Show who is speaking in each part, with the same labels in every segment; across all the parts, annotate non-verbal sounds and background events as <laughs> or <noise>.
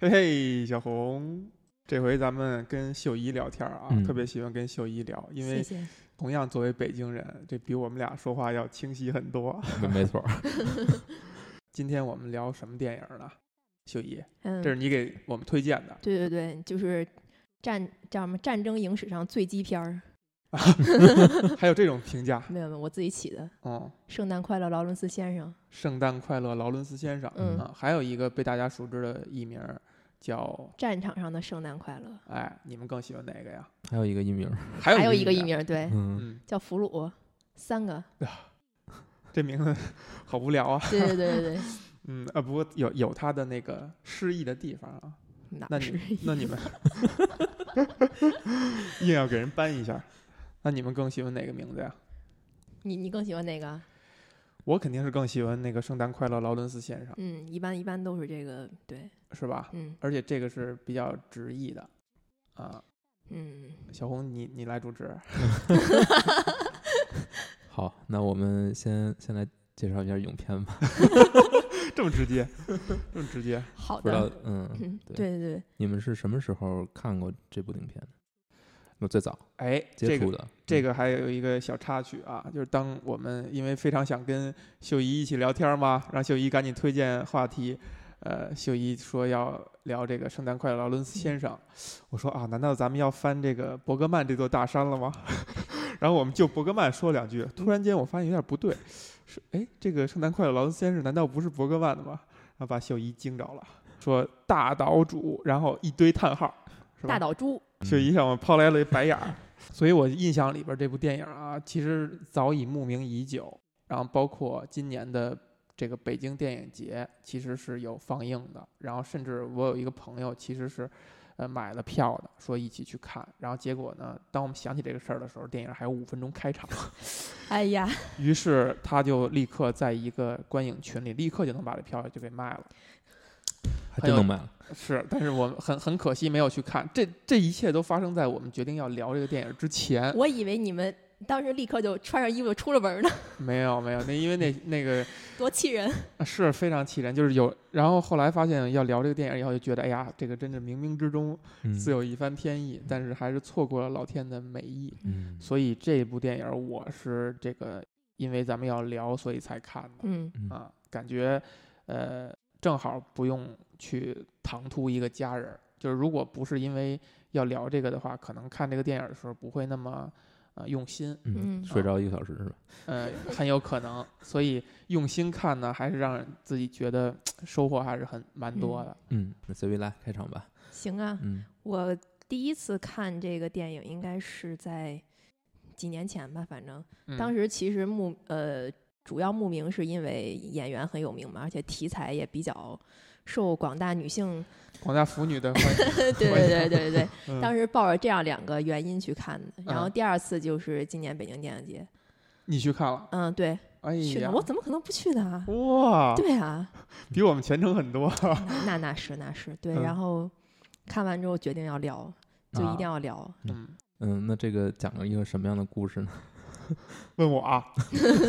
Speaker 1: 嘿嘿，小红，这回咱们跟秀姨聊天啊，
Speaker 2: 嗯
Speaker 1: 特别喜欢跟秀姨聊，因
Speaker 3: 谢
Speaker 1: 为 <laughs>
Speaker 3: 谢。
Speaker 1: 同样作为北京人，这比我们俩说话要清晰很多。啊
Speaker 2: 没没错儿， <laughs>
Speaker 3: 嗯
Speaker 1: 今天我们聊什么电影呢？秀姨，
Speaker 3: 嗯，
Speaker 1: 这是你给我们推荐的，
Speaker 3: 对对对，就是战叫什么战争影史上最鸡片儿，
Speaker 1: 还有这种评价，
Speaker 3: 没有没有，我自己起的。
Speaker 1: 嗯，
Speaker 3: 圣诞快乐，劳伦斯先生。
Speaker 1: 圣诞快乐，劳伦斯先生，
Speaker 3: 嗯，
Speaker 1: 啊，还有一个被大家熟知的艺名儿叫，
Speaker 3: 战场上的圣诞快乐。
Speaker 1: 哎，你们更喜欢哪个呀？
Speaker 2: 还有一个艺名儿，
Speaker 1: 还有
Speaker 3: 还有一个
Speaker 1: 艺
Speaker 3: 艺，名
Speaker 1: <laughs>
Speaker 3: 儿，对，
Speaker 2: 嗯，
Speaker 1: 嗯，
Speaker 3: 叫俘虏，
Speaker 1: <laughs>
Speaker 3: 三个。
Speaker 1: 这名字 <laughs> 好无聊啊，
Speaker 3: 对对对对对，
Speaker 1: 嗯啊，不过有有他的那个诗意的地方啊， <laughs> 那
Speaker 3: 哪
Speaker 1: 你
Speaker 3: 是？
Speaker 1: 那你们 <laughs> 硬要给人搬一下，那你们更喜欢哪个名字呀？
Speaker 3: 你你更喜欢哪个？
Speaker 1: 我肯定是更喜欢那个“圣诞快乐，劳伦斯先生
Speaker 3: 嗯，一般一般都是这个，对，”，
Speaker 1: 是吧？
Speaker 3: 嗯
Speaker 1: 而且这个是比较直译的，啊，
Speaker 3: 嗯，
Speaker 1: 小红，你你来主持，
Speaker 2: <laughs> 好，那我们先先来介绍一下影片吧，
Speaker 1: 这么直接， <laughs> 这么直接。
Speaker 3: 好
Speaker 2: 不知道
Speaker 3: 的。，
Speaker 2: <laughs> 嗯，
Speaker 3: 嗯， <laughs>
Speaker 2: 对
Speaker 3: 对对对，
Speaker 2: 你们是什么时候看过这部影片的？我最早
Speaker 1: 哎，
Speaker 2: 接
Speaker 1: 这
Speaker 2: 触
Speaker 1: 个
Speaker 2: 的，
Speaker 1: 这个还有一个小插曲啊，就是当我们因为非常想跟秀姨一起聊天嘛，让秀姨赶紧推荐话题。呃，秀姨说要聊这个《圣诞快乐，劳伦斯先生》，我说啊，难道咱们要翻这个伯格曼这座大山了吗？ <laughs> 然后我们就伯格曼说两句，突然间我发现有点不对，是哎，这个《圣诞快乐，劳伦斯先生》难道不是伯格曼的吗？然后把秀姨惊着了，说大岛主，然后一堆叹号，是吧？
Speaker 3: 大岛猪，
Speaker 2: 嗯
Speaker 1: 雪姨向我抛来了一白眼儿。 <laughs> 所以我印象里边这部电影啊，其实早已慕名已久，然后包括今年的这个北京电影节，其实是有放映的。然后甚至我有一个朋友，其实是呃买了票的，说一起去看。然后结果呢，当我们想起这个事儿的时候，电影还有五分钟开 <laughs> 场，
Speaker 3: 哎
Speaker 1: <laughs>
Speaker 3: 呀，
Speaker 1: 于是他就立刻在一个观影群里，立刻就能把这票就给卖了。
Speaker 2: 还真能买了，
Speaker 1: 是，但是我们很很可惜没有去看。这这一切都发生在我们决定要聊这个电影之前。
Speaker 3: 我以为你们当时立刻就穿上衣服就出了门呢，
Speaker 1: <laughs> 没有没有，那因为那那个
Speaker 3: 多气人。
Speaker 1: 呃是非常气人，就是有，然后后来发现要聊这个电影以后，就觉得哎呀，这个真是冥冥之中
Speaker 2: 嗯
Speaker 1: 自有一番天意，但是还是错过了老天的美意。
Speaker 2: 嗯
Speaker 1: 所以这部电影我是这个，因为咱们要聊，所以才看的
Speaker 3: 嗯，
Speaker 2: 嗯
Speaker 1: 啊，感觉呃正好不用去唐突一个家人儿，就是如果不是因为要聊这个的话，可能看这个电影的时候不会那么呃用心。
Speaker 3: 嗯
Speaker 2: 睡着一个小时是吧？
Speaker 1: 呃，很有可能。所以用心看呢，还是让人自己觉得收获还是很蛮多的。
Speaker 2: 嗯，那随便来开场吧，
Speaker 3: 行啊，
Speaker 2: 嗯
Speaker 3: 我第一次看这个电影应该是在几年前吧，反正
Speaker 1: 嗯
Speaker 3: 当时其实慕呃主要慕名是因为演员很有名嘛，而且题材也比较受广大女性，
Speaker 1: 广大腐女的欢迎
Speaker 3: <laughs> 对对对对对，
Speaker 1: 嗯
Speaker 3: <laughs> 当时抱着这样两个原因去看的。然后
Speaker 1: 嗯
Speaker 3: 第二次就是今年北京电影节，
Speaker 1: 你去看了，
Speaker 3: 嗯，对，
Speaker 1: 哎
Speaker 3: 去
Speaker 1: 呀
Speaker 3: 了，，我怎么可能不去呢？
Speaker 1: 哇，
Speaker 3: 对啊，
Speaker 1: 比我们全程很多。
Speaker 3: 那那那是那是对，
Speaker 1: 嗯
Speaker 3: 然后看完之后决定要聊， <laughs> 就一定要聊。
Speaker 1: 嗯，
Speaker 2: 嗯，那这个讲了一个什么样的故事呢？ <laughs>
Speaker 1: 问我啊，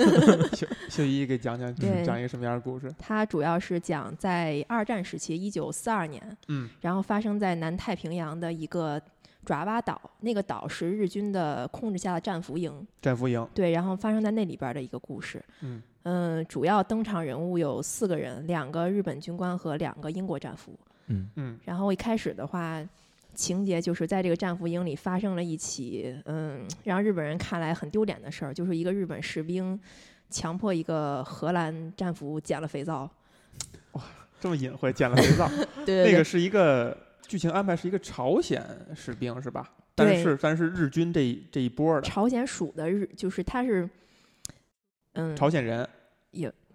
Speaker 3: <laughs>
Speaker 1: 秀秀姨给讲讲
Speaker 3: 对
Speaker 1: 讲一个什么样的故事？
Speaker 3: 它主要是讲在二战时期，一九四二年，
Speaker 1: 嗯，
Speaker 3: 然后发生在南太平洋的一个爪哇岛，那个岛是日军的控制下的战俘营，
Speaker 1: 战俘营，
Speaker 3: 对，然后发生在那里边儿的一个故事。
Speaker 1: 嗯
Speaker 3: 嗯，主要登场人物有四个人，两个日本军官和两个英国战俘。
Speaker 2: 嗯
Speaker 1: 嗯
Speaker 3: 然后一开始的话，情节就是在这个战俘营里发生了一起，嗯，让日本人看来很丢脸的事儿，就是一个日本士兵强迫一个荷兰战俘捡了肥皂。
Speaker 1: 这么隐晦，捡了肥皂。
Speaker 3: 对对对，
Speaker 1: 那个是一个剧情安排，是一个朝鲜士兵是吧？但是
Speaker 3: 对
Speaker 1: 是但是日军这一这一波的
Speaker 3: 朝鲜属的日，就是他是，嗯，
Speaker 1: 朝鲜人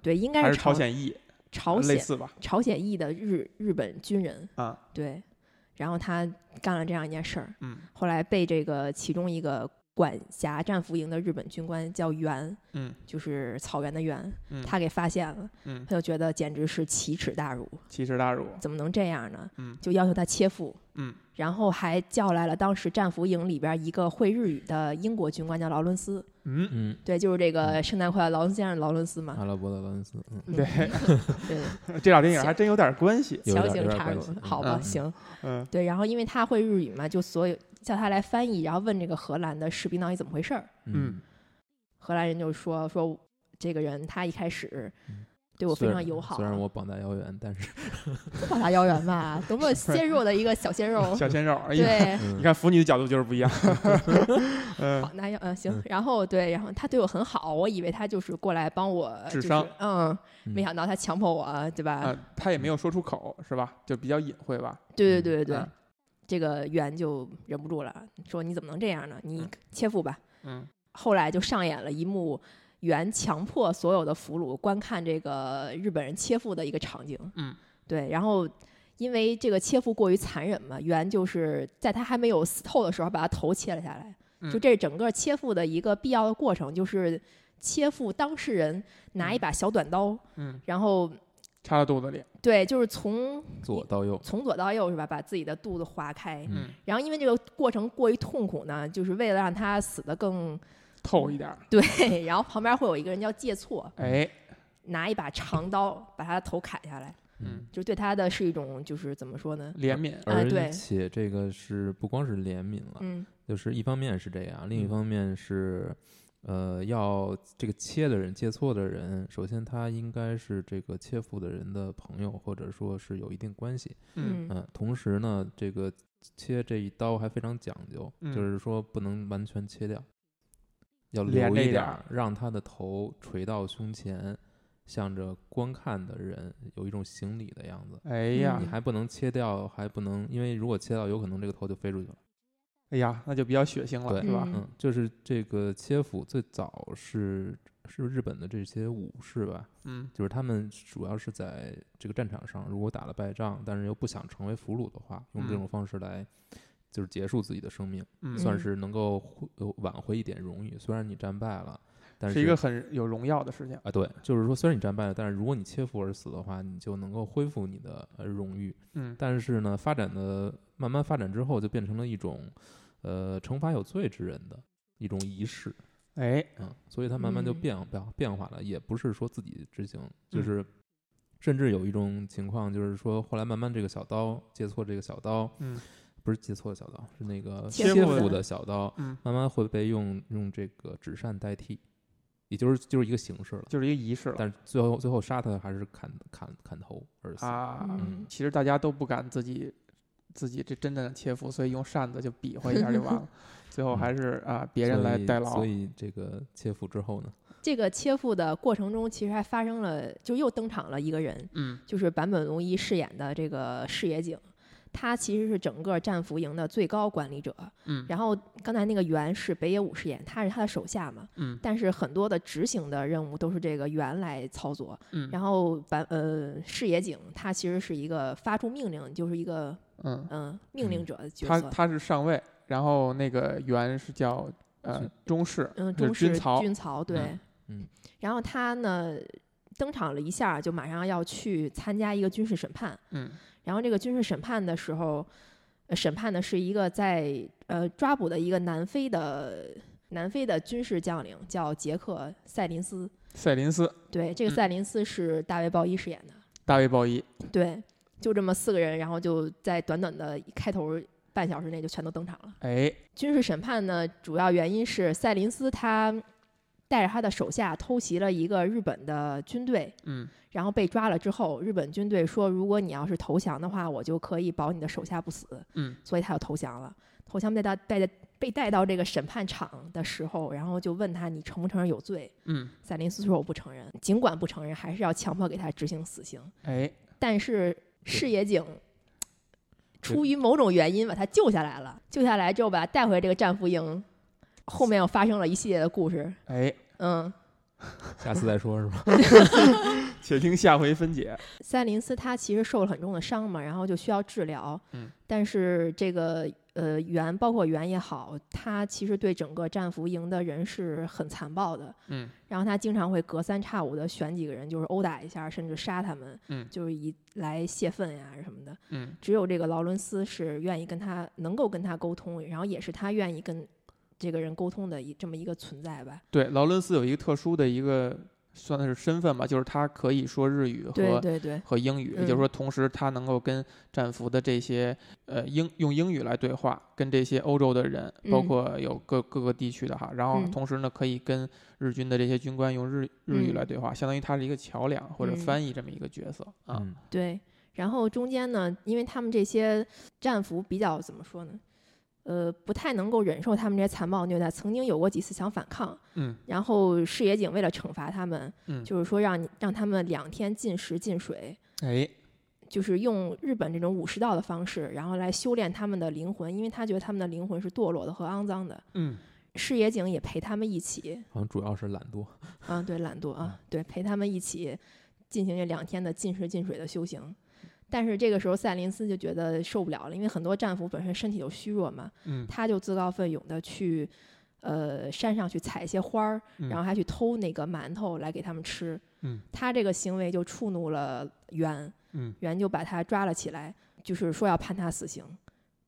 Speaker 3: 对，应该
Speaker 1: 还
Speaker 3: 是
Speaker 1: 是朝鲜裔，
Speaker 3: 朝
Speaker 1: 类
Speaker 3: 鲜
Speaker 1: 似吧？
Speaker 3: 朝鲜裔的日日本军人
Speaker 1: 啊，
Speaker 3: 对，然后他干了这样一件事儿，
Speaker 1: 嗯
Speaker 3: 后来被这个其中一个管辖战俘营的日本军官叫袁，
Speaker 1: 嗯
Speaker 3: 就是草原的袁，
Speaker 1: 嗯
Speaker 3: 他给发现了，
Speaker 1: 嗯，
Speaker 3: 他就觉得简直是奇耻大辱，
Speaker 1: 奇耻大辱，
Speaker 3: 怎么能这样呢？
Speaker 1: 嗯
Speaker 3: 就要求他切腹。
Speaker 1: 嗯，
Speaker 3: 然后还叫来了当时战俘营里边一个会日语的英国军官叫劳伦斯，
Speaker 1: 嗯，
Speaker 2: 嗯，啊
Speaker 3: 对，就是这个圣诞快乐劳伦斯先生劳伦斯嘛。
Speaker 2: 阿拉伯的劳伦斯，嗯，
Speaker 3: 嗯
Speaker 1: 对，
Speaker 3: 对，
Speaker 1: 这俩电影还真有点关系，
Speaker 2: <laughs> 有
Speaker 3: 小
Speaker 2: 点
Speaker 3: 警
Speaker 2: 有点
Speaker 3: 察
Speaker 2: 关
Speaker 3: 嘛
Speaker 2: 系，
Speaker 3: 好吧，
Speaker 1: 嗯
Speaker 3: 行，
Speaker 1: 嗯
Speaker 3: 对。然后因为他会日语嘛，就所有叫他来翻译，然后问这个荷兰的士兵到底怎么回事儿。
Speaker 1: 嗯，
Speaker 2: 嗯，
Speaker 3: 荷兰人就说说这个人他一开始
Speaker 2: 嗯
Speaker 3: 对我非
Speaker 2: 虽
Speaker 3: 常
Speaker 2: 然
Speaker 3: 友好，啊
Speaker 2: 虽然我膀大腰圆，但是
Speaker 3: 不把他腰圆吧，多么纤弱的一个小鲜肉
Speaker 1: 小鲜肉，哎呀，
Speaker 3: 哦对。
Speaker 1: 你
Speaker 2: 嗯
Speaker 1: 看腐女的角度就是不一样，嗯
Speaker 3: 好，那要嗯行
Speaker 2: 嗯，
Speaker 3: 然后对，然后他对我很好，我以为他就是过来帮我，
Speaker 1: 治
Speaker 3: 就是
Speaker 1: 伤
Speaker 3: 嗯，没
Speaker 2: 嗯
Speaker 3: 想到他强迫我，对吧？
Speaker 1: 啊，他也没有说出口是吧？就比较隐晦吧，
Speaker 3: 对对对
Speaker 2: 啊
Speaker 3: 对对
Speaker 1: 嗯，
Speaker 3: 这个袁就忍不住了，说你怎么能这样呢？你
Speaker 1: 嗯
Speaker 3: 切腹吧。
Speaker 1: 嗯
Speaker 3: 后来就上演了一幕袁强迫所有的俘虏观看这个日本人切腹的一个场景。
Speaker 1: 嗯，
Speaker 3: 对，然后。因为这个切腹过于残忍嘛，袁就是在他还没有死透的时候把他头切了下来。
Speaker 1: 嗯
Speaker 3: 就这整个切腹的一个必要的过程，就是切腹当事人拿一把小短刀，
Speaker 1: 嗯，
Speaker 3: 然后
Speaker 1: 插到肚子里，
Speaker 3: 对，就是从
Speaker 2: 左到右，
Speaker 3: 从左到右是吧，把自己的肚子划开。
Speaker 1: 嗯，
Speaker 3: 然后因为这个过程过于痛苦呢，就是为了让他死得更
Speaker 1: 透一点儿，
Speaker 3: 对，然后旁边会有一个人叫介错，
Speaker 1: 哎，
Speaker 3: 拿一把长刀把他的头砍下来，
Speaker 1: 嗯
Speaker 2: 嗯，
Speaker 3: 就对他的是一种就是怎么说呢？
Speaker 1: 怜悯，
Speaker 3: 啊对
Speaker 2: 而且这个是不光是怜悯了，
Speaker 3: 嗯
Speaker 2: 就是一方面是这样，另一
Speaker 1: 嗯
Speaker 2: 方面是，呃，要这个切的人切错的人，首先他应该是这个切腹的人的朋友，或者说是有一定关系，
Speaker 1: 嗯
Speaker 2: 嗯、同时呢，这个切这一刀还非常讲究，
Speaker 1: 嗯
Speaker 2: 就是说不能完全切掉，要
Speaker 1: 连
Speaker 2: 留
Speaker 1: 着一
Speaker 2: 一
Speaker 1: 点儿
Speaker 2: 儿，让他的头垂到胸前，向着观看的人有一种行礼的样子。
Speaker 1: 哎呀
Speaker 2: 你，还不能切掉，还不能，因为如果切掉，有可能这个头就飞出去了。
Speaker 1: 哎呀，那就比较血腥了，
Speaker 2: 对
Speaker 1: 是吧？
Speaker 3: 嗯
Speaker 2: 嗯，就是这个切腹最早是是日本的这些武士吧，
Speaker 1: 嗯
Speaker 2: 就是他们主要是在这个战场上，如果打了败仗，但是又不想成为俘虏的话，用
Speaker 1: 嗯
Speaker 2: 这种方式来就是结束自己的生命，
Speaker 1: 嗯，
Speaker 2: 算是能够恢呃挽回一点荣誉。虽然你战败了，但
Speaker 1: 是一个很有荣耀的事情，
Speaker 2: 啊，对，就是说虽然你战败了，但是如果你切腹而死的话，你就能够恢复你的呃荣誉。
Speaker 1: 嗯
Speaker 2: 但是呢，发展的慢慢发展之后，就变成了一种，呃，惩罚有罪之人的一种仪式，
Speaker 1: 哎，
Speaker 2: 嗯，所以它慢慢就
Speaker 3: 嗯
Speaker 2: 变变变化了，也不是说自己执行，就
Speaker 1: 嗯
Speaker 2: 是甚至有一种情况，就是说后来慢慢这个小刀接错这个小刀，
Speaker 1: 嗯
Speaker 2: 不是接错小刀，是那个
Speaker 3: 切
Speaker 1: 腹
Speaker 2: 腹
Speaker 1: 的
Speaker 2: 的小刀，
Speaker 1: 嗯，
Speaker 2: 慢慢会被用用这个纸扇代替，也就是就是一个形式了。
Speaker 1: 就是一个仪式了
Speaker 2: 但是最后最后杀他的还是砍砍砍头而死，
Speaker 1: 啊。
Speaker 3: 嗯
Speaker 1: 其实大家都不敢自己自己这真正的切腹，所以用扇子就比划一下就完 <laughs> 了，最后还是啊别人
Speaker 2: 所
Speaker 1: 来
Speaker 2: 以
Speaker 1: 代劳
Speaker 2: 所。以这个切腹之后呢，
Speaker 3: 这个切腹的过程中，其实还发生了，就又登场了一个人，
Speaker 1: 嗯
Speaker 3: 就是坂本龙一饰演的这个视野警，他其实是整个战俘营的最高管理者。
Speaker 1: 嗯
Speaker 3: 然后刚才那个袁是北野武饰演，他是他的手下嘛，
Speaker 1: 嗯
Speaker 3: 但是很多的执行的任务都是这个袁来操作。
Speaker 1: 嗯
Speaker 3: 然后坂呃视野警他其实是一个发出命令，就是一个
Speaker 1: 嗯，
Speaker 3: 嗯、命令者的角
Speaker 1: 他
Speaker 3: 色。
Speaker 1: 他是上尉，然后那个员是叫呃
Speaker 2: 是
Speaker 1: 中士，
Speaker 3: 嗯，
Speaker 1: 就
Speaker 3: 中
Speaker 1: 是
Speaker 3: 式
Speaker 1: 军曹。
Speaker 3: 对。
Speaker 2: 嗯
Speaker 3: 然后他呢登场了一下，就马上要去参加一个军事审判。
Speaker 1: 嗯
Speaker 3: 然后这个军事审判的时候，呃审判的是一个在呃抓捕的一个南非的南非的军事将领，叫杰克塞林斯。
Speaker 1: 塞林斯、
Speaker 3: 对，这个
Speaker 1: 嗯
Speaker 3: 塞林斯是大卫鲍伊饰演的。
Speaker 1: 大卫鲍伊，
Speaker 3: 对，就这么四个人，然后就在短短的开头半小时内就全都登场了。
Speaker 1: 哎，
Speaker 3: 军事审判呢，主要原因是塞林斯他带着他的手下偷袭了一个日本的军队，
Speaker 1: 嗯
Speaker 3: 然后被抓了之后，日本军队说，如果你要是投降的话，我就可以保你的手下不死，
Speaker 1: 嗯，
Speaker 3: 所以他就投降了。投降被带到带被带到这个审判场的时候，然后就问他你承不承认有罪？
Speaker 1: 嗯，
Speaker 3: 塞林斯说我不承认，尽管不承认，还是要强迫给他执行死刑。
Speaker 1: 哎，
Speaker 3: 但是视野警
Speaker 2: 对
Speaker 3: 出于某种原因把他救下来了，救下来之后把他带回这个战俘营，后面又发生了一系列的故事。
Speaker 1: 哎，
Speaker 3: 嗯，
Speaker 2: 下次再说是吧？
Speaker 1: <laughs> 且听下回分解。
Speaker 3: 塞林斯他其实受了很重的伤嘛，然后就需要治疗。
Speaker 1: 嗯，
Speaker 3: 但是这个呃元，包括元也好，他其实对整个战俘营的人是很残暴的。
Speaker 1: 嗯，
Speaker 3: 然后他经常会隔三差五的选几个人，就是殴打一下，甚至杀他们，
Speaker 1: 嗯
Speaker 3: 就是以来泄愤呀、什么的。
Speaker 1: 嗯
Speaker 3: 只有这个劳伦斯是愿意跟他能够跟他沟通，然后也是他愿意跟这个人沟通的一这么一个存在吧。
Speaker 1: 对，劳伦斯有一个特殊的一个算是身份吧，就是他可以说日语和
Speaker 3: 对对对，
Speaker 1: 和英语，也就是
Speaker 3: 嗯
Speaker 1: 说，同时他能够跟战俘的这些呃英用英语来对话，跟这些欧洲的人，包
Speaker 3: 嗯
Speaker 1: 括有各各个地区的哈，然后
Speaker 3: 嗯
Speaker 1: 同时呢，可以跟日军的这些军官用日日语
Speaker 3: 嗯
Speaker 1: 来对话，相当于他是一个桥梁或者
Speaker 3: 嗯
Speaker 1: 翻译这么一个角色 <laughs> 啊。
Speaker 2: 嗯
Speaker 3: 对，然后中间呢，因为他们这些战俘比较怎么说呢？呃，不太能够忍受他们这些残暴虐待，曾经有过几次想反抗，
Speaker 1: 嗯
Speaker 3: 然后市野警为了惩罚他们，
Speaker 1: 嗯，
Speaker 3: 就是说让你让他们两天禁食禁水，
Speaker 1: 哎，
Speaker 3: 就是用日本这种武士道的方式，然后来修炼他们的灵魂，因为他觉得他们的灵魂是堕落的和肮脏的。
Speaker 1: 嗯
Speaker 3: 市野警也陪他们
Speaker 2: <laughs>
Speaker 3: 一起，
Speaker 2: 好像主要是懒惰。
Speaker 3: 啊，对，懒惰啊，对，陪他们一起进行这两天的进食进水的修行。但是这个时候，赛林斯就觉得受不了了，因为很多战俘本身身体就虚弱嘛，
Speaker 1: 嗯
Speaker 3: 他就自告奋勇的去，呃，山上去采一些花儿，然后还去偷那个馒头来给他们吃。
Speaker 1: 嗯
Speaker 3: 他这个行为就触怒了元，
Speaker 1: 嗯
Speaker 3: 元就把他抓了起来，就是说要判他死刑。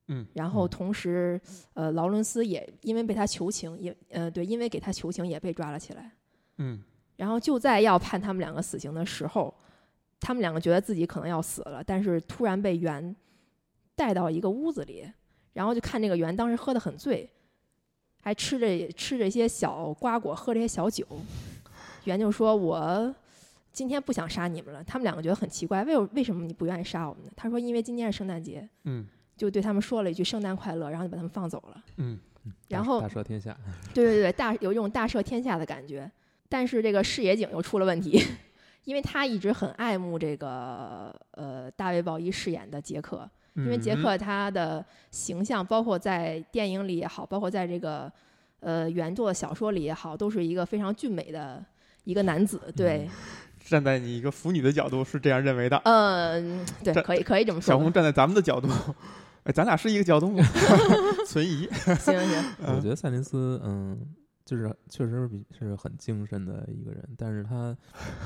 Speaker 1: 嗯，
Speaker 3: 然后
Speaker 2: 嗯
Speaker 3: 同时，呃，劳伦斯也因为被他求情，也呃对，因为给他求情也被抓了起来。
Speaker 1: 嗯
Speaker 3: 然后就在要判他们两个死刑的时候，他们两个觉得自己可能要死了，但是突然被袁带到一个屋子里，然后就看这个袁当时喝得很醉，还吃着吃着一些小瓜果，喝着一些小酒。袁就说：“我今天不想杀你们了。”他们两个觉得很奇怪，为为什么你不愿意杀我们呢？他说：“因为今天是圣诞节。
Speaker 1: 嗯”
Speaker 3: 就对他们说了一句“圣诞快乐”，然后就把他们放走了。
Speaker 1: 嗯
Speaker 2: 嗯大
Speaker 3: 然
Speaker 2: 赦
Speaker 3: 后
Speaker 2: 大赦天下，
Speaker 3: 对对对，大有一种大赦天下的感觉。但是这个视野景又出了问题， <laughs> 因为他一直很爱慕这个呃大卫鲍伊饰演的杰克，
Speaker 1: 嗯，
Speaker 3: 因为杰克他的形象，包括在电影里也好，包括在这个呃原作小说里也好，都是一个非常俊美的一个男子。对，
Speaker 1: 站在你一个腐女的角度是这样认为的，
Speaker 3: 嗯，对，
Speaker 1: 这
Speaker 3: 可以可以这么
Speaker 1: 小
Speaker 3: 说
Speaker 1: 红
Speaker 3: 吧。
Speaker 1: 站在咱们的角度，哎，咱俩是一个角度吗？ <laughs> 存疑。嗯
Speaker 3: 行行行，
Speaker 2: 我觉得赛林斯，嗯，就是确实比是很精神的一个人，但是他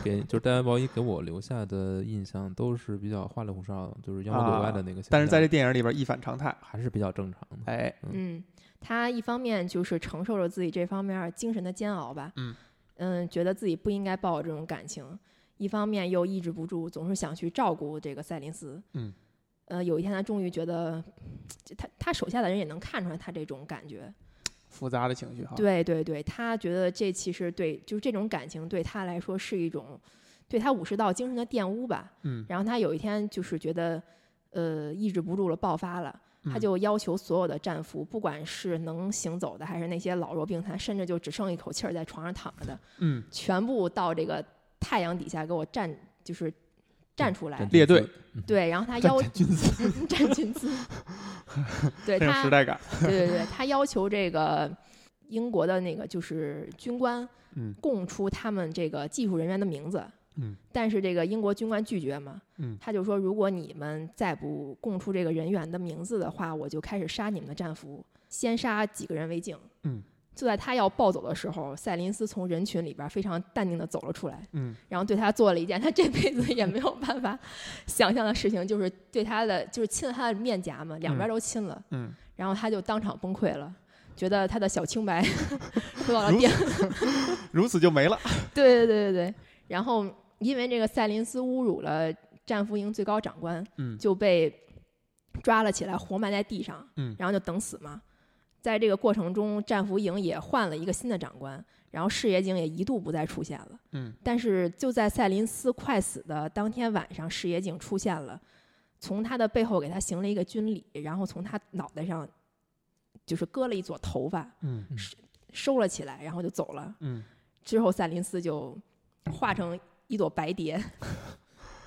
Speaker 2: 给就是戴维鲍伊给我留下的印象都是比较花里胡哨的，就是妖魔鬼怪的那个形象、
Speaker 1: 啊但是在这电影里边一反常态，
Speaker 2: 还是比较正常的。
Speaker 1: 哎，
Speaker 3: 嗯，他一方面就是承受了自己这方面儿精神的煎熬吧，
Speaker 1: 嗯
Speaker 3: 嗯觉得自己不应该抱有这种感情，一方面又抑制不住，总是想去照顾这个赛林斯，
Speaker 1: 嗯，
Speaker 3: 呃，有一天他终于觉得，这他他手下的人也能看出来他这种感觉，
Speaker 1: 复杂的情绪哈。
Speaker 3: 对对对，他觉得这其实对，就是这种感情对他来说是一种对他武士道精神的玷污吧，
Speaker 1: 嗯，
Speaker 3: 然后他有一天就是觉得，呃，抑制不住了，爆发了，他
Speaker 1: 嗯
Speaker 3: 就要求所有的战俘，不管是能行走的，还是那些老弱病残，甚至就只剩一口气儿在床上躺着的，
Speaker 1: 嗯，
Speaker 3: 全部到这个太阳底下给我站，就是站出来
Speaker 2: 真。
Speaker 1: 列队
Speaker 2: 君子，
Speaker 3: 对，然后他
Speaker 1: 战
Speaker 3: 要
Speaker 1: 君子
Speaker 3: <laughs> 站军姿，
Speaker 1: <laughs>
Speaker 3: 对
Speaker 1: 很有
Speaker 3: 他
Speaker 1: 时，代感。
Speaker 3: 对对对，他要求这个英国的那个就是军官
Speaker 1: 嗯
Speaker 3: 供出他们这个技术人员的名字。
Speaker 1: 嗯
Speaker 3: 但是这个英国军官拒绝嘛，
Speaker 1: 嗯
Speaker 3: 他就说如果你们再不供出这个人员的名字的话，我就开始杀你们的战俘，先杀几个人为敬。
Speaker 1: 嗯，
Speaker 3: 就在他要暴走的时候，赛林斯从人群里边非常淡定的走了出来，
Speaker 1: 嗯
Speaker 3: 然后对他做了一件他这辈子也没有办法想象的事情，就是对他的就是亲了他的面颊嘛，两边都亲了，
Speaker 1: 嗯，
Speaker 3: 然后他就当场崩溃了。觉得他的小清白 <laughs> 受到了玷
Speaker 1: 如此就没了。
Speaker 3: 对对对对对。然后因为这个赛林斯侮辱了战俘营最高长官，
Speaker 1: 嗯
Speaker 3: 就被抓了起来，活埋在地上，
Speaker 1: 嗯
Speaker 3: 然后就等死嘛。在这个过程中，战俘营也换了一个新的长官，然后视野警也一度不再出现了。
Speaker 1: 嗯
Speaker 3: 但是就在赛林斯快死的当天晚上，视野警出现了，从他的背后给他行了一个军礼，然后从他脑袋上就是割了一撮头发，
Speaker 1: 嗯
Speaker 3: 收了起来，然后就走了。
Speaker 1: 嗯，
Speaker 3: 之后，赛林斯就化成一朵
Speaker 1: <laughs>
Speaker 3: 白蝶，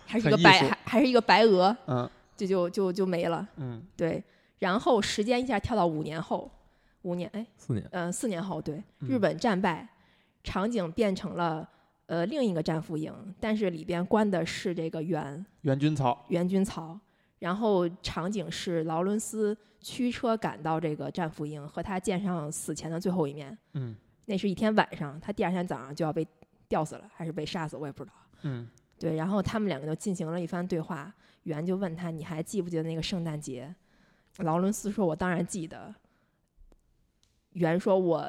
Speaker 3: 还是一个
Speaker 1: 很艺
Speaker 3: 白，
Speaker 1: 术
Speaker 3: 还还是一个白鹅，
Speaker 1: 嗯
Speaker 3: 就就就就没了。
Speaker 1: 嗯
Speaker 3: 对，然后时间一下跳到五年后，五年哎，
Speaker 2: 四年，
Speaker 3: 呃，四年后，对，
Speaker 1: 嗯
Speaker 3: 日本战败，场景变成了呃另一个战俘营，但是里边关的是这个袁
Speaker 1: 援军曹。
Speaker 3: 袁军曹。然后场景是劳伦斯驱车赶到这个战俘营，和他见上死前的最后一面。
Speaker 1: 嗯
Speaker 3: 那是一天晚上，他第二天早上就要被吊死了，还是被杀死，我也不知道。
Speaker 1: 嗯
Speaker 3: 对，然后他们两个就进行了一番对话。袁就问他：“你还记不记得那个圣诞节？”劳伦斯说：“我当然记得。”袁说：“我。”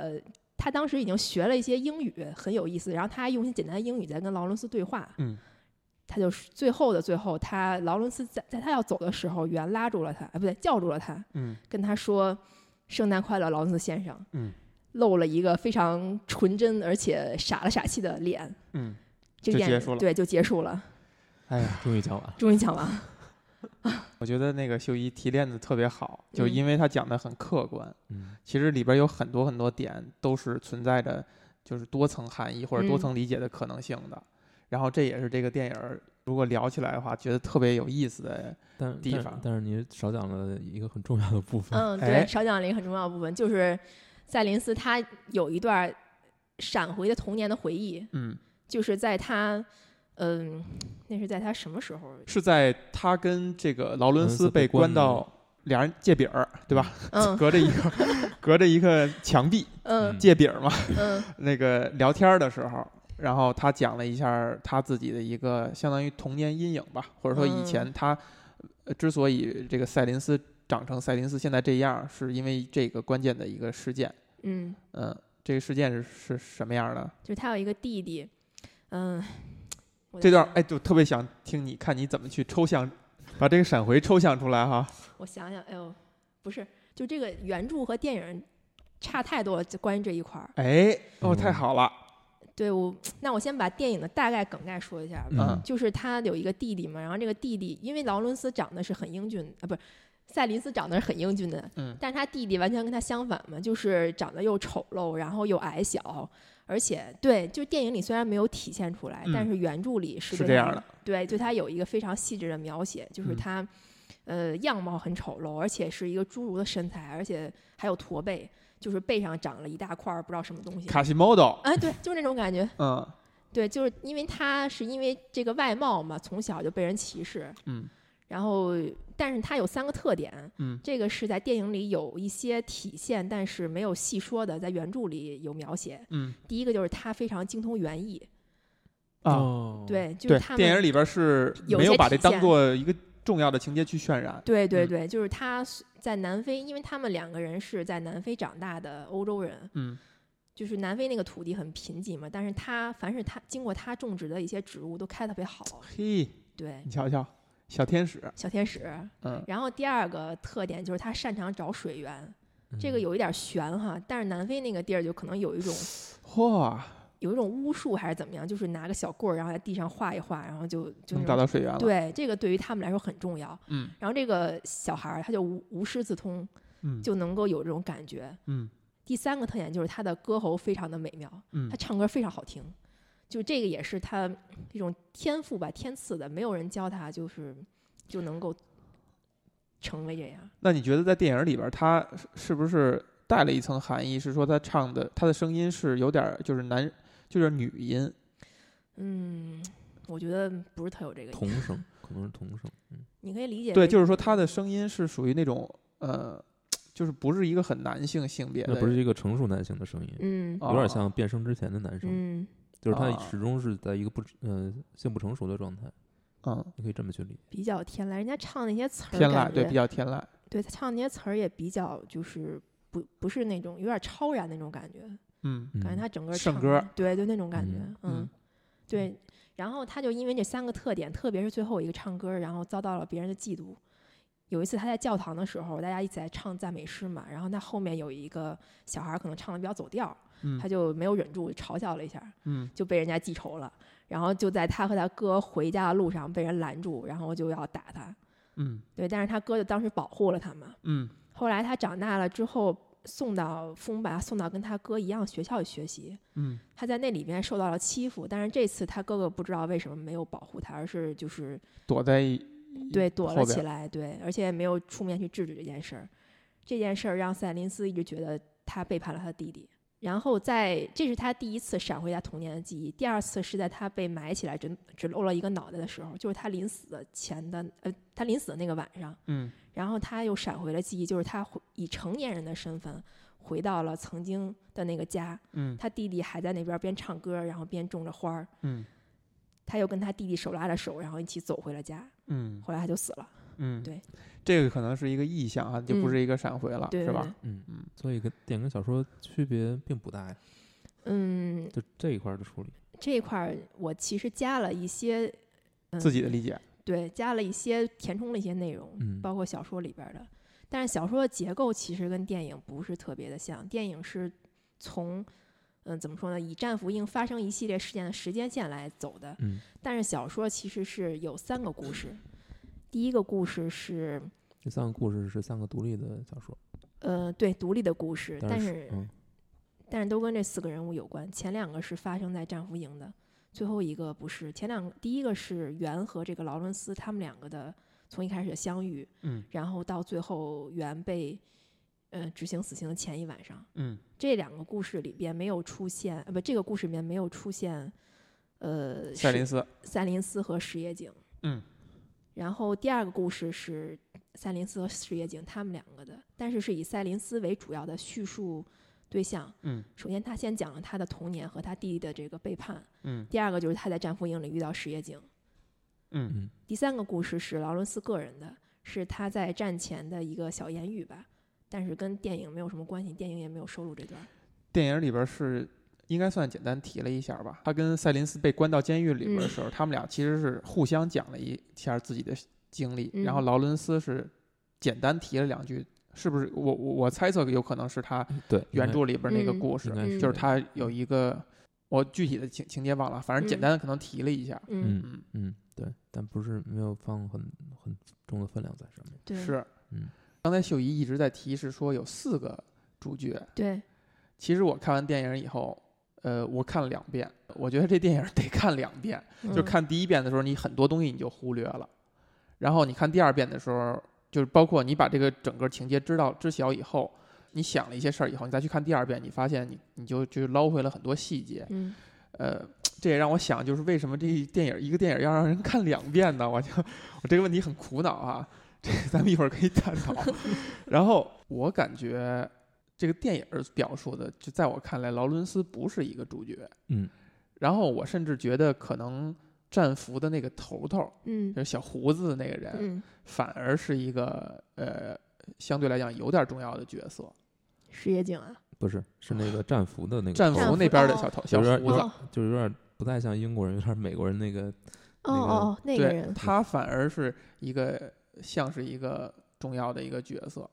Speaker 3: 他当时已经学了一些英语，很有意思。然后他还用一些简单的英语在跟劳伦斯对话。
Speaker 1: 嗯
Speaker 3: 他就是最后的最后，他劳伦斯在在他要走的时候，袁拉住了他，啊，不对，叫住了他，
Speaker 1: 嗯
Speaker 3: 跟他说：“圣诞快乐，劳伦斯先生。”
Speaker 1: 嗯，
Speaker 3: 露了一个非常纯真而且傻了傻气的脸。
Speaker 1: 嗯，
Speaker 3: 这
Speaker 1: 就
Speaker 3: 电
Speaker 1: 结
Speaker 3: 影
Speaker 1: 束了
Speaker 3: 对，就结束了。
Speaker 1: 哎呀，
Speaker 2: 终于讲完了。
Speaker 3: 终于讲完了。
Speaker 1: 我觉得那个秀一提炼的特别好，就
Speaker 3: 嗯
Speaker 1: 因为他讲的很客观，
Speaker 2: 嗯
Speaker 1: 其实里边有很多很多点都是存在着就是多层含义或者多
Speaker 3: 嗯
Speaker 1: 层理解的可能性的。然后这也是这个电影儿如果聊起来的话，觉得特别有意思的。
Speaker 2: 但
Speaker 1: 地
Speaker 2: 但
Speaker 1: 方
Speaker 2: 但是你少讲了一个很重要的部分。
Speaker 3: 嗯，
Speaker 1: 哎
Speaker 3: 对，少讲了一个很重要的部分，就是赛林斯他有一段闪回的童年的回忆，
Speaker 1: 嗯，
Speaker 3: 就是在他，嗯，那是在他什么时候？
Speaker 1: 是在他跟这个劳伦
Speaker 2: 伦
Speaker 1: 斯
Speaker 2: 斯
Speaker 1: 被
Speaker 2: 被
Speaker 1: 关
Speaker 2: 关
Speaker 1: 到俩人借饼儿，对吧？<laughs>
Speaker 3: 嗯
Speaker 1: 隔着一个隔着一个墙壁
Speaker 3: 嗯
Speaker 1: 借饼儿嘛，
Speaker 3: 嗯
Speaker 1: 那个聊天儿的时候，然后他讲了一下儿他自己的一个相当于童年阴影吧，或者说以
Speaker 3: 嗯
Speaker 1: 前他、呃之所以这个赛林斯长成赛林斯现在这样儿，是因为这个关键的一个事件。
Speaker 3: 嗯，
Speaker 1: 嗯，这个事件是是什么样儿的？
Speaker 3: 就是他有一个弟弟，嗯，我
Speaker 1: 这
Speaker 3: 在
Speaker 1: 段儿
Speaker 3: 想
Speaker 1: 哎，就特别想听你看你怎么去抽象，把这个闪回抽象出来哈。
Speaker 3: 我想想，哎呦，不是，就这个原著和电影差太多了，就关于这一块儿。
Speaker 1: 哎，哦，
Speaker 2: 嗯
Speaker 1: 太好了，
Speaker 3: 对我，那我先把电影的大概梗概说一下吧。
Speaker 1: 嗯
Speaker 3: 就是他有一个弟弟嘛，然后这个弟弟因为劳伦斯长得是很英俊啊，不是赛林斯长得是很英俊的，
Speaker 1: 嗯
Speaker 3: 但是他弟弟完全跟他相反嘛，就是长得又丑陋，然后又矮小，而且对，就电影里虽然没有体现出来，
Speaker 1: 嗯
Speaker 3: 但是原著里是
Speaker 1: 是
Speaker 3: 对
Speaker 1: 这
Speaker 3: 他
Speaker 1: 样的，
Speaker 3: 对，对他有一个非常细致的描写，就是
Speaker 1: 嗯
Speaker 3: 他，呃，样貌很丑陋，而且是一个侏儒的身材，而且还有驼背，就是背上长了一大块儿不知道什么东西。
Speaker 1: 卡西莫多，
Speaker 3: 哎，对，就是那种感觉。
Speaker 1: 嗯
Speaker 3: 对，就是因为他是因为这个外貌嘛，从小就被人歧视。
Speaker 1: 嗯
Speaker 3: 然后，但是他有三个特点，
Speaker 1: 嗯
Speaker 3: 这个是在电影里有一些体现，但是没有细说的，在原著里有描写。
Speaker 1: 嗯
Speaker 3: 第一个就是他非常精通园艺，
Speaker 1: 啊，
Speaker 2: 哦，
Speaker 3: 对，就是
Speaker 1: 对
Speaker 3: 他，们
Speaker 1: 电影里边是
Speaker 3: 有
Speaker 1: 没
Speaker 3: 些
Speaker 1: 有把这
Speaker 3: 体
Speaker 1: 当
Speaker 3: 现
Speaker 1: 做一个重要的情节去渲染，
Speaker 3: 对对
Speaker 1: 嗯
Speaker 3: 对，就是他是在南非，因为他们两个人是在南非长大的欧洲人，
Speaker 1: 嗯。
Speaker 3: 就是南非那个土地很贫瘠嘛，但是他凡是他经过他种植的一些植物都开得特别好，
Speaker 1: 嘿，
Speaker 3: 对，
Speaker 1: 你瞧瞧，小天使，
Speaker 3: 小天使。
Speaker 1: 嗯
Speaker 3: 然后第二个特点就是他擅长找水源，
Speaker 2: 嗯
Speaker 3: 这个有一点悬哈，但是南非那个地儿就可能有一种
Speaker 1: 嚯，
Speaker 3: 有一种巫术还是怎么样，就是拿个小棍儿，然后在地上画一画，然后就就
Speaker 1: 能
Speaker 3: 那
Speaker 1: 找
Speaker 3: 种
Speaker 1: 到水源了。，
Speaker 3: 对，这个对于他们来说很重要。
Speaker 1: 嗯
Speaker 3: 然后这个小孩儿他就无无师自通，
Speaker 1: 嗯
Speaker 3: 就能够有这种感觉。
Speaker 1: 嗯
Speaker 3: 第三个特点就是他的歌喉非常的美妙，
Speaker 1: 嗯
Speaker 3: 他唱歌非常好听，就这个也是他一种天赋吧，天赐的，没有人教他，就是就能够成为这样。
Speaker 1: 那你觉得在电影里边，他是是不是带了一层含义？是说他唱的他的声音是有点儿就是男，就是女音，
Speaker 3: 嗯，我觉得不是特有这个意思，
Speaker 2: 童声可能是童声，嗯
Speaker 3: 你可以理解
Speaker 1: 对，
Speaker 3: 为
Speaker 1: 就是说他的声音是属于那种呃，就是不是一个很男性性别
Speaker 2: 那
Speaker 1: 的，
Speaker 2: 不是一个成熟男性的声音，
Speaker 3: 嗯
Speaker 1: 哦
Speaker 2: 有点像变声之前的男生，
Speaker 3: 嗯
Speaker 2: 就是他
Speaker 1: 啊
Speaker 2: 始终是在一个不呃性不成熟的状态，
Speaker 1: 嗯
Speaker 2: 你可以这么去理解。
Speaker 3: 比较天籁，人家唱那些词儿
Speaker 1: 天籁，
Speaker 3: 感
Speaker 1: 对，
Speaker 3: 觉
Speaker 1: 比较天籁。
Speaker 3: 对他唱那些词儿也比较就是不不是那种有点超然那种感觉，
Speaker 1: 嗯
Speaker 2: 嗯
Speaker 3: 感觉他整个
Speaker 1: 圣
Speaker 3: 唱
Speaker 1: 歌
Speaker 3: 的对对那种感觉，
Speaker 2: 嗯
Speaker 1: 嗯
Speaker 3: 对。然后他就因为这三个特点，特别是最后一个唱歌，然后遭到了别人的嫉妒。有一次他在教堂的时候，大家一起在唱赞美诗嘛，然后他后面有一个小孩儿可能唱的比较走调，
Speaker 1: 嗯
Speaker 3: 他就没有忍住嘲笑了一下，
Speaker 1: 嗯
Speaker 3: 就被人家记仇了。然后就在他和他哥回家的路上被人拦住，然后就要打他。
Speaker 1: 嗯
Speaker 3: 对，但是他哥就当时保护了他嘛。
Speaker 1: 嗯
Speaker 3: 后来他长大了之后，送到父母把他送到跟他哥一样学校里学习。
Speaker 1: 嗯
Speaker 3: 他在那里面受到了欺负，但是这次他哥哥不知道为什么没有保护他，而是就是
Speaker 1: 躲在
Speaker 3: 对躲
Speaker 1: 后
Speaker 3: 了
Speaker 1: 边
Speaker 3: 起来，对，而且没有出面去制止这件事儿。这件事儿让赛林斯一直觉得他背叛了他弟弟，然后在这是他第一次闪回他童年的记忆，第二次是在他被埋起来只只露了一个脑袋的时候，就是他临死前的呃，他临死的那个晚上，
Speaker 1: 嗯
Speaker 3: 然后他又闪回了记忆，就是他回以成年人的身份回到了曾经的那个家，
Speaker 1: 嗯
Speaker 3: 他弟弟还在那边边唱歌，然后边种着花儿，
Speaker 1: 嗯
Speaker 3: 他又跟他弟弟手拉着手，然后一起走回了家，
Speaker 1: 嗯
Speaker 3: 后来他就死了，
Speaker 1: 嗯，
Speaker 3: 对，
Speaker 1: 这个可能是一个意象啊，就不
Speaker 3: 嗯
Speaker 1: 是一个闪回了，
Speaker 3: 对
Speaker 1: 是
Speaker 3: 对
Speaker 1: 吧
Speaker 3: 对？
Speaker 2: 嗯
Speaker 1: 嗯，
Speaker 2: 所以跟电影跟小说区别并不大呀，
Speaker 3: 嗯，
Speaker 2: 就这一块儿的处理。
Speaker 3: 这一块儿我其实加了一些、嗯、
Speaker 1: 自己的理解，
Speaker 3: 对，加了一些填充了一些内容，
Speaker 2: 嗯
Speaker 3: 包括小说里边儿的。但是小说的结构其实跟电影不是特别的像，电影是从嗯怎么说呢，以战俘营发生一系列事件的时间线来走的，
Speaker 2: 嗯，
Speaker 3: 但是小说其实是有三个故事。第一个故事是，
Speaker 2: 这三个故事是三个独立的小说，
Speaker 3: 呃，对，独立的故事，但
Speaker 2: 但
Speaker 3: 是
Speaker 2: 嗯，
Speaker 3: 但是都跟这四个人物有关。前两个是发生在战俘营的，最后一个不是。前两个，第一个是袁和这个劳伦斯他们两个的从一开始的相遇，
Speaker 1: 嗯
Speaker 3: 然后到最后袁被呃执行死刑的前一晚上，
Speaker 1: 嗯
Speaker 3: 这两个故事里边没有出现，呃，不，这个故事里面没有出现，呃，
Speaker 1: 赛
Speaker 3: 石
Speaker 1: 林斯，
Speaker 3: 赛林斯和石野井。
Speaker 1: 嗯。
Speaker 3: 然后第二个故事是赛林斯和石野井他们两个的，但是是以赛林斯为主要的叙述对象。
Speaker 1: 嗯
Speaker 3: 首先，他先讲了他的童年和他弟弟的这个背叛；
Speaker 1: 嗯
Speaker 3: 第二个就是他在战俘营里遇到石野井；
Speaker 1: 嗯
Speaker 3: 第三个故事是劳伦斯个人的，是他在战前的一个小言语吧，但是跟电影没有什么关系，电影也没有收录这段。
Speaker 1: 电影里边是应该算简单提了一下吧。他跟赛林斯被关到监狱里边的
Speaker 3: 嗯
Speaker 1: 时候，他们俩其实是互相讲了一下自己的经历，
Speaker 3: 嗯
Speaker 1: 然后劳伦斯是简单提了两句，是不是？我我我猜测有可能是他
Speaker 2: 对，
Speaker 1: 原著里边那个
Speaker 3: 嗯
Speaker 1: 故事，
Speaker 2: 应该
Speaker 3: 嗯
Speaker 2: 应该
Speaker 1: 就是
Speaker 2: 的
Speaker 1: 他有一个我具体的情情节忘了，反正简
Speaker 3: 嗯
Speaker 1: 单的可能提了一下。
Speaker 3: 嗯，
Speaker 2: 嗯嗯，对，但不是没有放很很重的分量在上面。
Speaker 3: 对，
Speaker 1: 是，
Speaker 2: 嗯
Speaker 1: 刚才秀仪一直在提示说有四个主角，
Speaker 3: 对，
Speaker 1: 其实我看完电影以后，呃，我看了两遍，我觉得这电影得看两遍。就
Speaker 3: 嗯，
Speaker 1: 看第一遍的时候，你很多东西你就忽略了，然后你看第二遍的时候，就是包括你把这个整个情节知道知晓以后，你想了一些事儿以后，你再去看第二遍，你发现你你就就捞回了很多细节。
Speaker 3: 嗯，
Speaker 1: 呃，这也让我想，就是为什么这一电影一个电影要让人看两遍呢？我就我这个问题很苦恼啊，这个咱们一会儿可以探讨。然后我感觉这个电影儿表述的，就在我看来，劳伦斯不是一个主角。
Speaker 2: 嗯，
Speaker 1: 然后我甚至觉得可能战俘的那个头头，
Speaker 3: 嗯
Speaker 1: 就是小胡子的那个人，
Speaker 3: 嗯，
Speaker 1: 反而是一个呃相对来讲有点重要的角色。
Speaker 3: 石野井啊，
Speaker 2: 不是，是那个战俘的那个
Speaker 1: 战
Speaker 2: 头
Speaker 1: 俘那边的
Speaker 3: 哦
Speaker 1: 小头小
Speaker 2: 有点
Speaker 1: 胡
Speaker 2: 有
Speaker 1: 子，
Speaker 2: 点就有点不太像英国人，有点美国人那个
Speaker 3: 哦哦，那个
Speaker 1: 对
Speaker 3: 人，
Speaker 1: 他反而是一个像是一个重要的一个角色，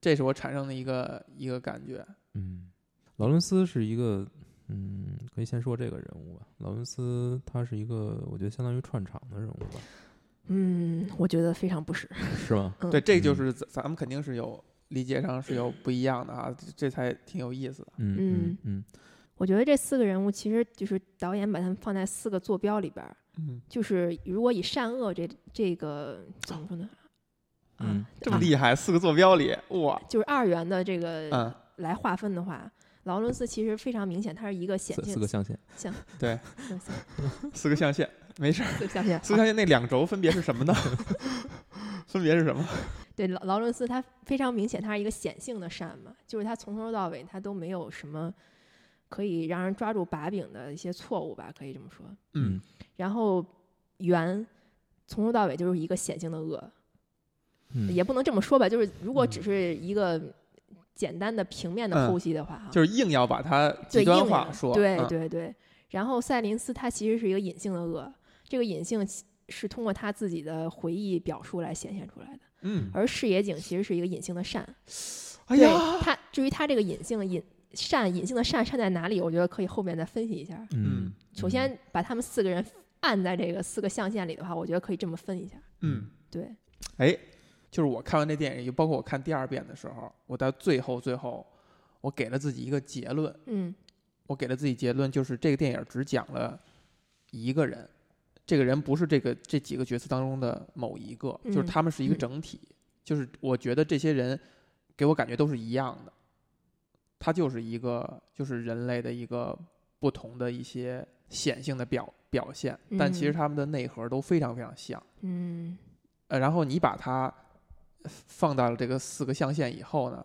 Speaker 1: 这是我产生的一个一个感觉。
Speaker 2: 嗯，劳伦斯是一个，嗯，可以先说这个人物吧。劳伦斯他是一个，我觉得相当于串场的人物吧，
Speaker 3: 嗯，我觉得非常不实。
Speaker 2: 是吗？
Speaker 3: 嗯
Speaker 1: 对，这就是咱咱们肯定是有理解上是有不一样的啊，这这才挺有意思的。
Speaker 2: 嗯嗯嗯
Speaker 3: 我觉得这四个人物其实就是导演把他们放在四个坐标里边儿，
Speaker 1: 嗯，
Speaker 3: 就是如果以善恶这这个怎么说呢？啊
Speaker 2: 嗯，
Speaker 1: 这么
Speaker 3: 啊
Speaker 1: 厉害，四个坐标里，哇，
Speaker 3: 就是二元的这个
Speaker 1: 嗯，
Speaker 3: 来划分的话，劳伦斯其实非常明显，他是一个显
Speaker 2: 四
Speaker 3: 性
Speaker 2: 四个象限，
Speaker 1: 对，
Speaker 3: 四个象
Speaker 1: 四个象限，没事儿。
Speaker 3: 四个象限
Speaker 1: 四个象限那两轴分别是什么呢？ <laughs> 分别是什么？
Speaker 3: 对劳劳伦斯，他非常明显，他是一个显性的善嘛，就是他从头到尾他都没有什么可以让人抓住把柄的一些错误吧，可以这么说。
Speaker 1: 嗯，
Speaker 3: 然后圆从头到尾就是一个显性的恶，
Speaker 2: 嗯，
Speaker 3: 也不能这么说吧，就是如果只
Speaker 1: 嗯
Speaker 3: 是一个简单的平面的
Speaker 1: 嗯
Speaker 3: 剖析的话啊，
Speaker 1: 就是硬要把它
Speaker 3: 对
Speaker 1: 极
Speaker 3: 硬
Speaker 1: 端
Speaker 3: 的
Speaker 1: 化说。
Speaker 3: 对
Speaker 1: 嗯
Speaker 3: 对对。然后赛林斯他其实是一个隐性的恶，这个隐性其是通过他自己的回忆表述来显现出来的，
Speaker 1: 嗯，
Speaker 3: 而视野景其实是一个隐性的善。
Speaker 1: 哎
Speaker 3: 对
Speaker 1: 呀，
Speaker 3: 他，至于他这个隐性的隐善，隐性的善善在哪里，我觉得可以后面再分析一下。
Speaker 2: 嗯，
Speaker 3: 首先把他们四个人按在这个四个象限里的话，我觉得可以这么分一下。
Speaker 1: 嗯，
Speaker 3: 对，
Speaker 1: 哎，就是我看完这电影，也包括我看第二遍的时候，我到最后最后，我给了自己一个结论，
Speaker 3: 嗯
Speaker 1: 我给了自己结论就是这个电影只讲了一个人，这个人不是这个这几个角色当中的某一个，
Speaker 3: 嗯
Speaker 1: 就是他们是一个
Speaker 3: 嗯
Speaker 1: 整体，就是我觉得这些人给我感觉都是一样的，它就是一个就是人类的一个不同的一些显性的表表现，但其实
Speaker 3: 嗯
Speaker 1: 它们的内核都非常非常像。
Speaker 3: 嗯
Speaker 1: 呃，然后你把它放到了这个四个象限以后呢，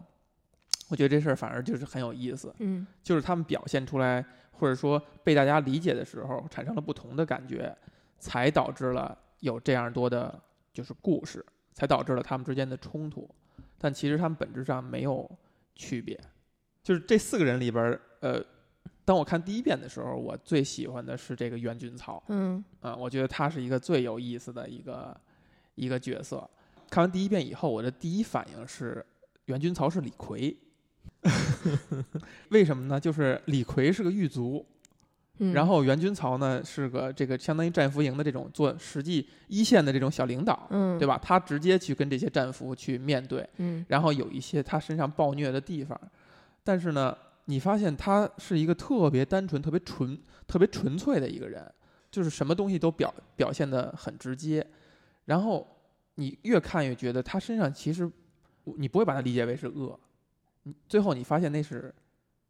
Speaker 1: 我觉得这事儿反而就是很有意思，
Speaker 3: 嗯
Speaker 1: 就是他们表现出来或者说被大家理解的时候产生了不同的感觉，才导致了有这样多的就是故事，才导致了他们之间的冲突，但其实他们本质上没有区别，就是这四个人里边儿，呃。当我看第一遍的时候，我最喜欢的是这个袁军草，
Speaker 3: 嗯
Speaker 1: 啊、我觉得他是一个最有意思的一个一个角色。看完第一遍以后，我的第一反应是袁军曹是李逵， <laughs> 为什么呢？就是李逵是个狱卒，
Speaker 3: 嗯，
Speaker 1: 然后袁军曹呢是个这个相当于战俘营的这种做实际一线的这种小领导，
Speaker 3: 嗯
Speaker 1: 对吧？他直接去跟这些战俘去面对，
Speaker 3: 嗯
Speaker 1: 然后有一些他身上暴虐的地方，但是呢，你发现他是一个特别单纯、特别纯、特别纯粹的一个人，就是什么东西都表表现得很直接，然后你越看越觉得他身上其实你不会把他理解为是恶，你最后你发现那是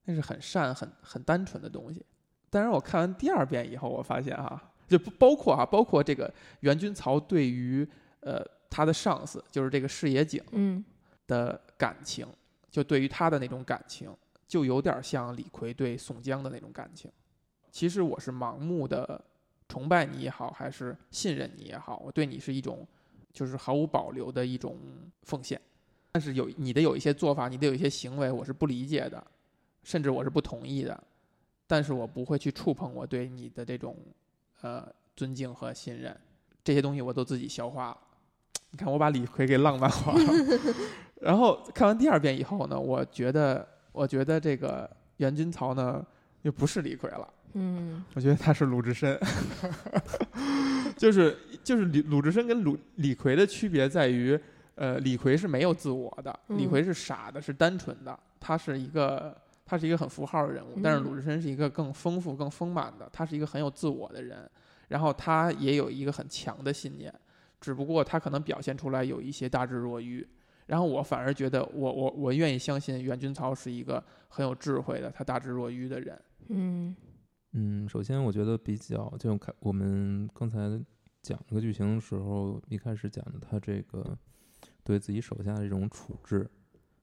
Speaker 1: 那是很善、很很单纯的东西。但是我看完第二遍以后，我发现啊，就不包括啊，包括这个袁军曹对于呃他的上司，就是这个视野井，
Speaker 3: 嗯
Speaker 1: 的感情，就对于他的那种感情，就有点像李逵对宋江的那种感情。其实我是盲目的崇拜你也好，还是信任你也好，我对你是一种就是毫无保留的一种奉献。但是有你的有一些做法，你的有一些行为，我是不理解的，甚至我是不同意的。但是我不会去触碰我对你的这种呃尊敬和信任，这些东西我都自己消化了。你看，我把李逵给浪漫化了。然后看完第二遍以后呢，我觉得，我觉得这个袁金曹呢，又不是李逵了，
Speaker 3: 嗯
Speaker 1: 我觉得他是鲁智深，就是就是李鲁智深跟鲁李逵的区别在于，呃，李逵是没有自我的，
Speaker 3: 嗯
Speaker 1: 李逵是傻的，是单纯的，他是一个他是一个很符号的人物
Speaker 3: 嗯，
Speaker 1: 但是鲁智深是一个更丰富、更丰满的，他是一个很有自我的人，然后他也有一个很强的信念，只不过他可能表现出来有一些大智若愚。然后我反而觉得我，我我愿意相信袁军曹是一个很有智慧的，他大智若愚的人。
Speaker 3: 嗯
Speaker 2: 嗯，首先我觉得比较就开我们刚才讲这个剧情的时候，一开始讲的他这个对自己手下的这种处置，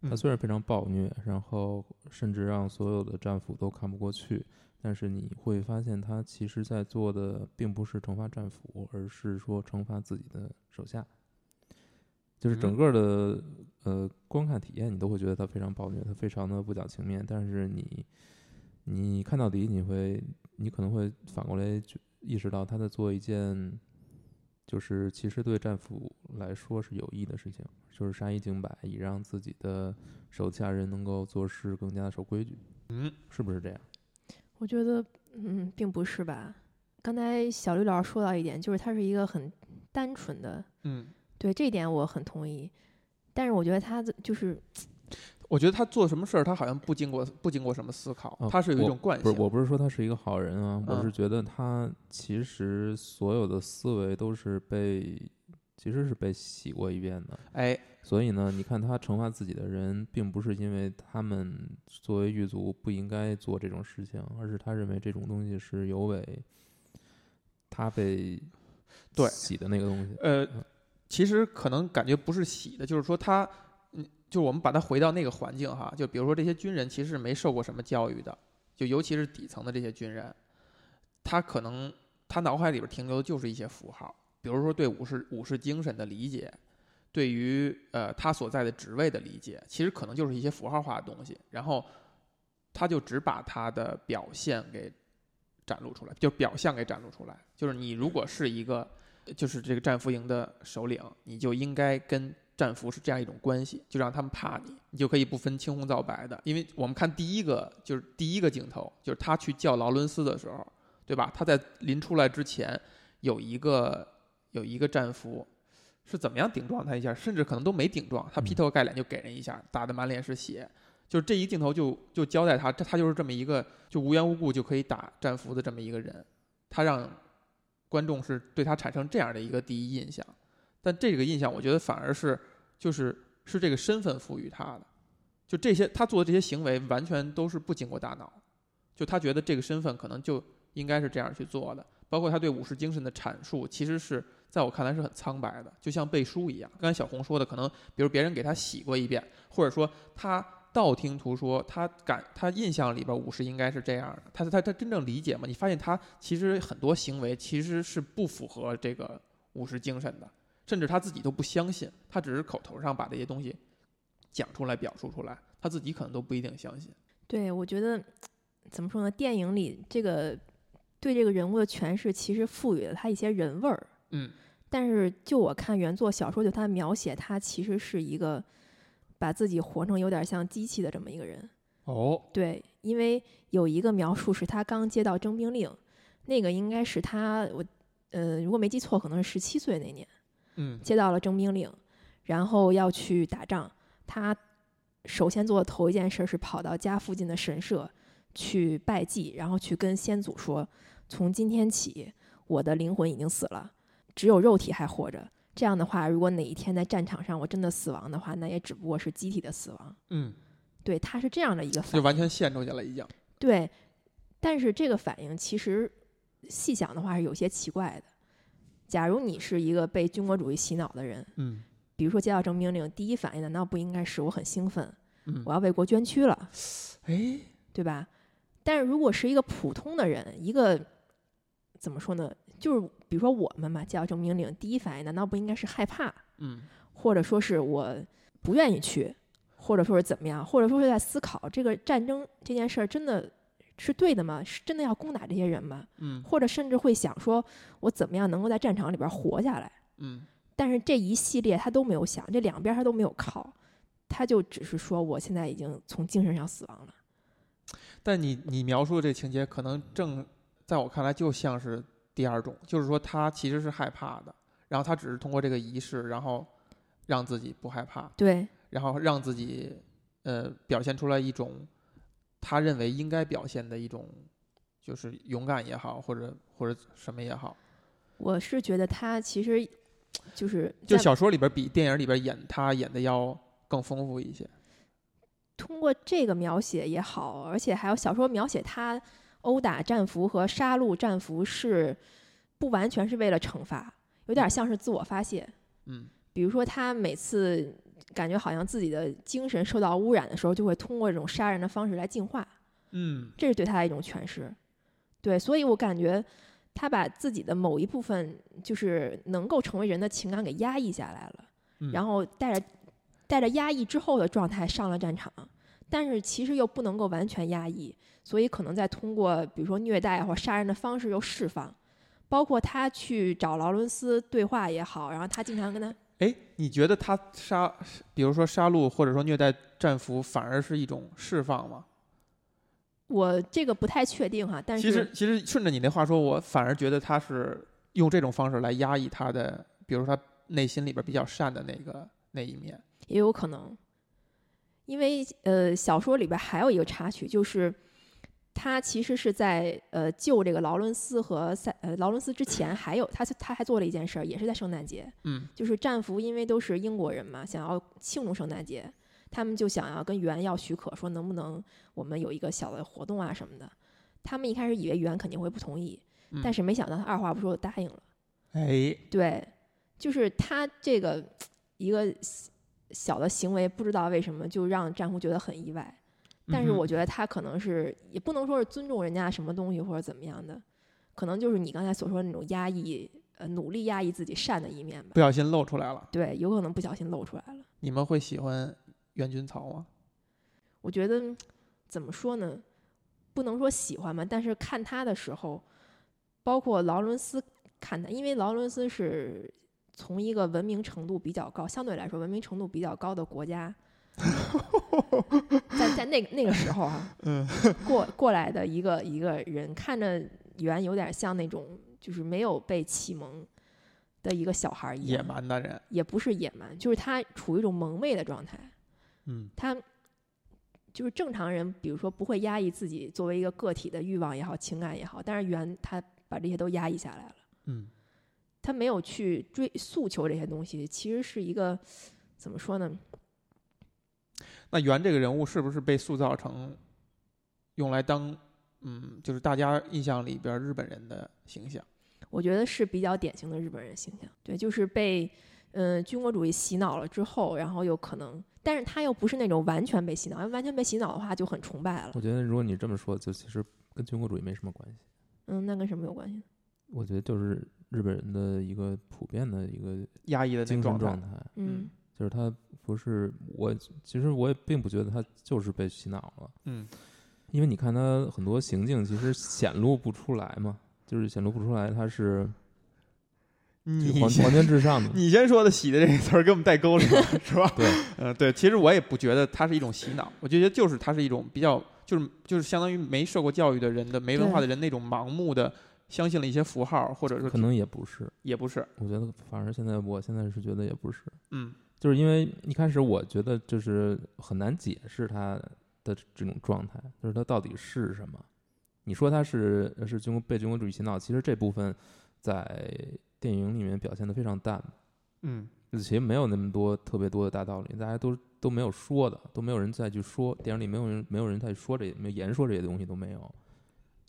Speaker 2: 他
Speaker 1: 嗯
Speaker 2: 虽然非常暴虐，然后甚至让所有的战俘都看不过去，但是你会发现他其实在做的并不是惩罚战俘，而是说惩罚自己的手下。就是整
Speaker 1: 嗯
Speaker 2: 个的、呃观看体验，你都会觉得他非常暴虐，他非常的不讲情面。但是你你看到底，你会你可能会反过来就意识到他在做一件就是其实对战俘来说是有益的事情，就是杀一儆百，以让自己的手下人能够做事更加的守规矩，
Speaker 1: 嗯，
Speaker 2: 是不是这样？
Speaker 3: 我觉得嗯并不是吧。刚才小绿老师说到一点，就是他是一个很单纯的，
Speaker 1: 嗯，
Speaker 3: 对这一点我很同意。但是我觉得他就是
Speaker 1: 我觉得他做什么事儿，他好像不经过不经过什么思考，
Speaker 2: 哦
Speaker 1: 他是有一种惯
Speaker 2: 不
Speaker 1: 性。
Speaker 2: 是，我不是说他是一个好人啊，我
Speaker 1: 嗯
Speaker 2: 是觉得他其实所有的思维都是被其实是被洗过一遍的。
Speaker 1: 哎，
Speaker 2: 所以呢，你看他惩罚自己的人，并不是因为他们作为狱卒不应该做这种事情，而是他认为这种东西是有违他被
Speaker 1: 对
Speaker 2: 洗的那个东西。
Speaker 1: 呃，其实可能感觉不是洗的，就是说他，嗯，就我们把他回到那个环境哈，就比如说这些军人其实没受过什么教育的，就尤其是底层的这些军人，他可能他脑海里边停留的就是一些符号，比如说对武士武士精神的理解，对于呃他所在的职位的理解，其实可能就是一些符号化的东西，然后他就只把他的表现给展露出来，就表象给展露出来，就是你如果是一个。就是这个战俘营的首领，你就应该跟战俘是这样一种关系，就让他们怕你，你就可以不分青红皂白的。因为我们看第一个就是第一个镜头，就是他去叫劳伦斯的时候，对吧？他在临出来之前，有一个有一个战俘是怎么样顶撞他一下，甚至可能都没顶撞，他劈头盖脸就给人一下，打得满脸是血。就是这一镜头就就交代他，这他就是这么一个就无缘无故就可以打战俘的这么一个人，他让观众是对他产生这样的一个第一印象，但这个印象我觉得反而是就是是这个身份赋予他的，就这些他做的这些行为完全都是不经过大脑，就他觉得这个身份可能就应该是这样去做的。包括他对武士精神的阐述，其实是在我看来是很苍白的，就像背书一样。刚才小红说的，可能比如别人给他洗过一遍，或者说他道听途说，他感他印象里边武士应该是这样的，他他他真正理解嘛？你发现他其实很多行为其实是不符合这个武士精神的，甚至他自己都不相信，他只是口头上把这些东西讲出来、表述出来，他自己可能都不一定相信。
Speaker 3: 对，我觉得怎么说呢？电影里这个对这个人物的诠释，其实赋予了他一些人味儿。
Speaker 1: 嗯，
Speaker 3: 但是就我看原作小说，就他描写他其实是一个把自己活成有点像机器的这么一个人。
Speaker 1: 哦，
Speaker 3: 对，因为有一个描述是他刚接到征兵令，那个应该是他我呃如果没记错，可能是十七岁那年
Speaker 1: 嗯
Speaker 3: 接到了征兵令，然后要去打仗。他首先做的头一件事是跑到家附近的神社去拜祭，然后去跟先祖说，从今天起我的灵魂已经死了，只有肉体还活着。这样的话，如果哪一天在战场上我真的死亡的话，那也只不过是机体的死亡。
Speaker 1: 嗯，
Speaker 3: 对，他是这样的一个反
Speaker 1: 就
Speaker 3: 应。
Speaker 1: 完全陷出去了，已经。
Speaker 3: 对，但是这个反应其实细想的话是有些奇怪的。假如你是一个被军国主义洗脑的人，
Speaker 1: 嗯
Speaker 3: 比如说接到征兵令，第一反应难道不应该是我很兴奋，
Speaker 1: 嗯
Speaker 3: 我要为国捐躯了，
Speaker 1: 哎，
Speaker 3: 对吧？但是如果是一个普通的人，一个怎么说呢？就是比如说我们嘛，接到征兵令，第一反应难道不应该是害怕，
Speaker 1: 嗯
Speaker 3: 或者说是我不愿意去，或者说是怎么样，或者说是在思考这个战争这件事儿真的是对的吗？是真的要攻打这些人吗？
Speaker 1: 嗯
Speaker 3: 或者甚至会想说，我怎么样能够在战场里边活下来？
Speaker 1: 嗯
Speaker 3: 但是这一系列他都没有想，这两边他都没有靠，他就只是说我现在已经从精神上死亡了。
Speaker 1: 但你你描述的这情节，可能正在我看来就像是第二种，就是说他其实是害怕的，然后他只是通过这个仪式，然后让自己不害怕，
Speaker 3: 对
Speaker 1: 然后让自己呃表现出来一种他认为应该表现的一种，就是勇敢也好，或者或者什么也好。
Speaker 3: 我是觉得他其实就是
Speaker 1: 就
Speaker 3: 在
Speaker 1: 小说里边比电影里边演他演的要更丰富一些。
Speaker 3: 通过这个描写也好，而且还有小说描写他殴打战俘和杀戮战俘是不完全是为了惩罚，有点像是自我发泄。
Speaker 1: 嗯
Speaker 3: 比如说他每次感觉好像自己的精神受到污染的时候，就会通过这种杀人的方式来净化，
Speaker 1: 嗯
Speaker 3: 这是对他的一种诠释。对，所以我感觉他把自己的某一部分，就是能够成为人的情感给压抑下来了，
Speaker 1: 嗯
Speaker 3: 然后带着带着压抑之后的状态上了战场，但是其实又不能够完全压抑，所以可能再通过比如说虐待或杀人的方式又释放。包括他去找劳伦斯对话也好，然后他经常跟他
Speaker 1: 哎，你觉得他杀，比如说杀戮或者说虐待战俘，反而是一种释放吗？
Speaker 3: 我这个不太确定哈，但
Speaker 1: 其实
Speaker 3: 是，
Speaker 1: 其实顺着你那话说，我反而觉得他是用这种方式来压抑他的，比如说他内心里边比较善的那个那一面。
Speaker 3: 也有可能，因为呃，小说里边还有一个插曲，就是他其实是在呃救这个劳伦斯和塞呃劳伦斯之前，还有他他还做了一件事儿，也是在圣诞节，
Speaker 1: 嗯
Speaker 3: 就是战俘因为都是英国人嘛，想要庆祝圣诞节，他们就想要跟元要许可，说能不能我们有一个小的活动啊什么的。他们一开始以为元肯定会不同意，
Speaker 1: 嗯
Speaker 3: 但是没想到他二话不说就答应了。
Speaker 1: 哎，
Speaker 3: 对，就是他这个一个小小的行为，不知道为什么就让战俘觉得很意外。但是
Speaker 1: 嗯哼
Speaker 3: 我觉得他可能是也不能说是尊重人家什么东西或者怎么样的，可能就是你刚才所说的那种压抑，呃，努力压抑自己善的一面吧
Speaker 1: 不。小心露出来了。
Speaker 3: 对，有可能不小心露出来了。
Speaker 1: 你们会喜欢袁军曹吗？
Speaker 3: 我觉得怎么说呢，不能说喜欢吧，但是看他的时候，包括劳伦斯看他，因为劳伦斯是从一个文明程度比较高，相对来说文明程度比较高的
Speaker 1: <laughs>
Speaker 3: 国家，在在那个那个时候啊，
Speaker 1: <laughs> 嗯，
Speaker 3: 过过来的一个一个人，看着原有点像那种就是没有被启蒙的一个小孩儿一
Speaker 1: 野
Speaker 3: 样，
Speaker 1: 蛮的人。
Speaker 3: 也不是野蛮，就是他处于一种蒙昧的状态。
Speaker 1: 嗯
Speaker 3: 他就是正常人，比如说不会压抑自己作为一个个体的欲望也好、情感也好，但是袁他把这些都压抑下来了，
Speaker 1: 嗯
Speaker 3: 他没有去追诉求这些东西，其实是一个怎么说呢？
Speaker 1: 那袁这个人物是不是被塑造成用来当嗯，就是大家印象里边儿日本人的形象？
Speaker 3: 我觉得是比较典型的日本人形象。对，就是被嗯、呃军国主义洗脑了之后，然后有可能，但是他又不是那种完全被洗脑，因为完全被洗脑的话就很崇拜了
Speaker 2: 我。觉得如果你这么说，就其实跟军国主义没什么关系。
Speaker 3: 嗯，那跟什么有关系呢？
Speaker 2: 我觉得就是日本人的一个普遍的一个
Speaker 1: 压抑的那
Speaker 2: 精神
Speaker 1: 种状
Speaker 2: 状
Speaker 1: 态，
Speaker 2: 态，
Speaker 1: 嗯
Speaker 3: 嗯，
Speaker 2: 就是他不是我，其实我也并不觉得他就是被洗脑了，
Speaker 1: 嗯，
Speaker 2: 因为你看他很多行径其实显露不出来嘛，就是显露不出来他是就是
Speaker 1: 你 <laughs>
Speaker 2: 皇
Speaker 1: 先。
Speaker 2: 皇权至上的
Speaker 1: 你先说的“洗”的这个词儿给我们带沟里
Speaker 2: <laughs>
Speaker 1: 了，是吧？
Speaker 2: 对，
Speaker 1: 呃，对，其实我也不觉得它是一种洗脑，我就觉得就是它是一种比较，就是就是相当于没受过教育的人的、没文化的人那种盲目的相信了一些符号，或者说
Speaker 2: 可能也不是，
Speaker 1: 也不是，
Speaker 2: 我觉得反而现在我现在是觉得也不是，
Speaker 1: 嗯
Speaker 2: 就是因为一开始我觉得就是很难解释他的这种状态，就是他到底是什么。你说他是呃是军国被军国主义洗脑，其实这部分在电影里面表现的非常淡，
Speaker 1: 嗯
Speaker 2: 其实没有那么多特别多的大道理，大家都都没有说的，都没有人再去说，电影里没有人没有人再说这没有言说这些东西都没有，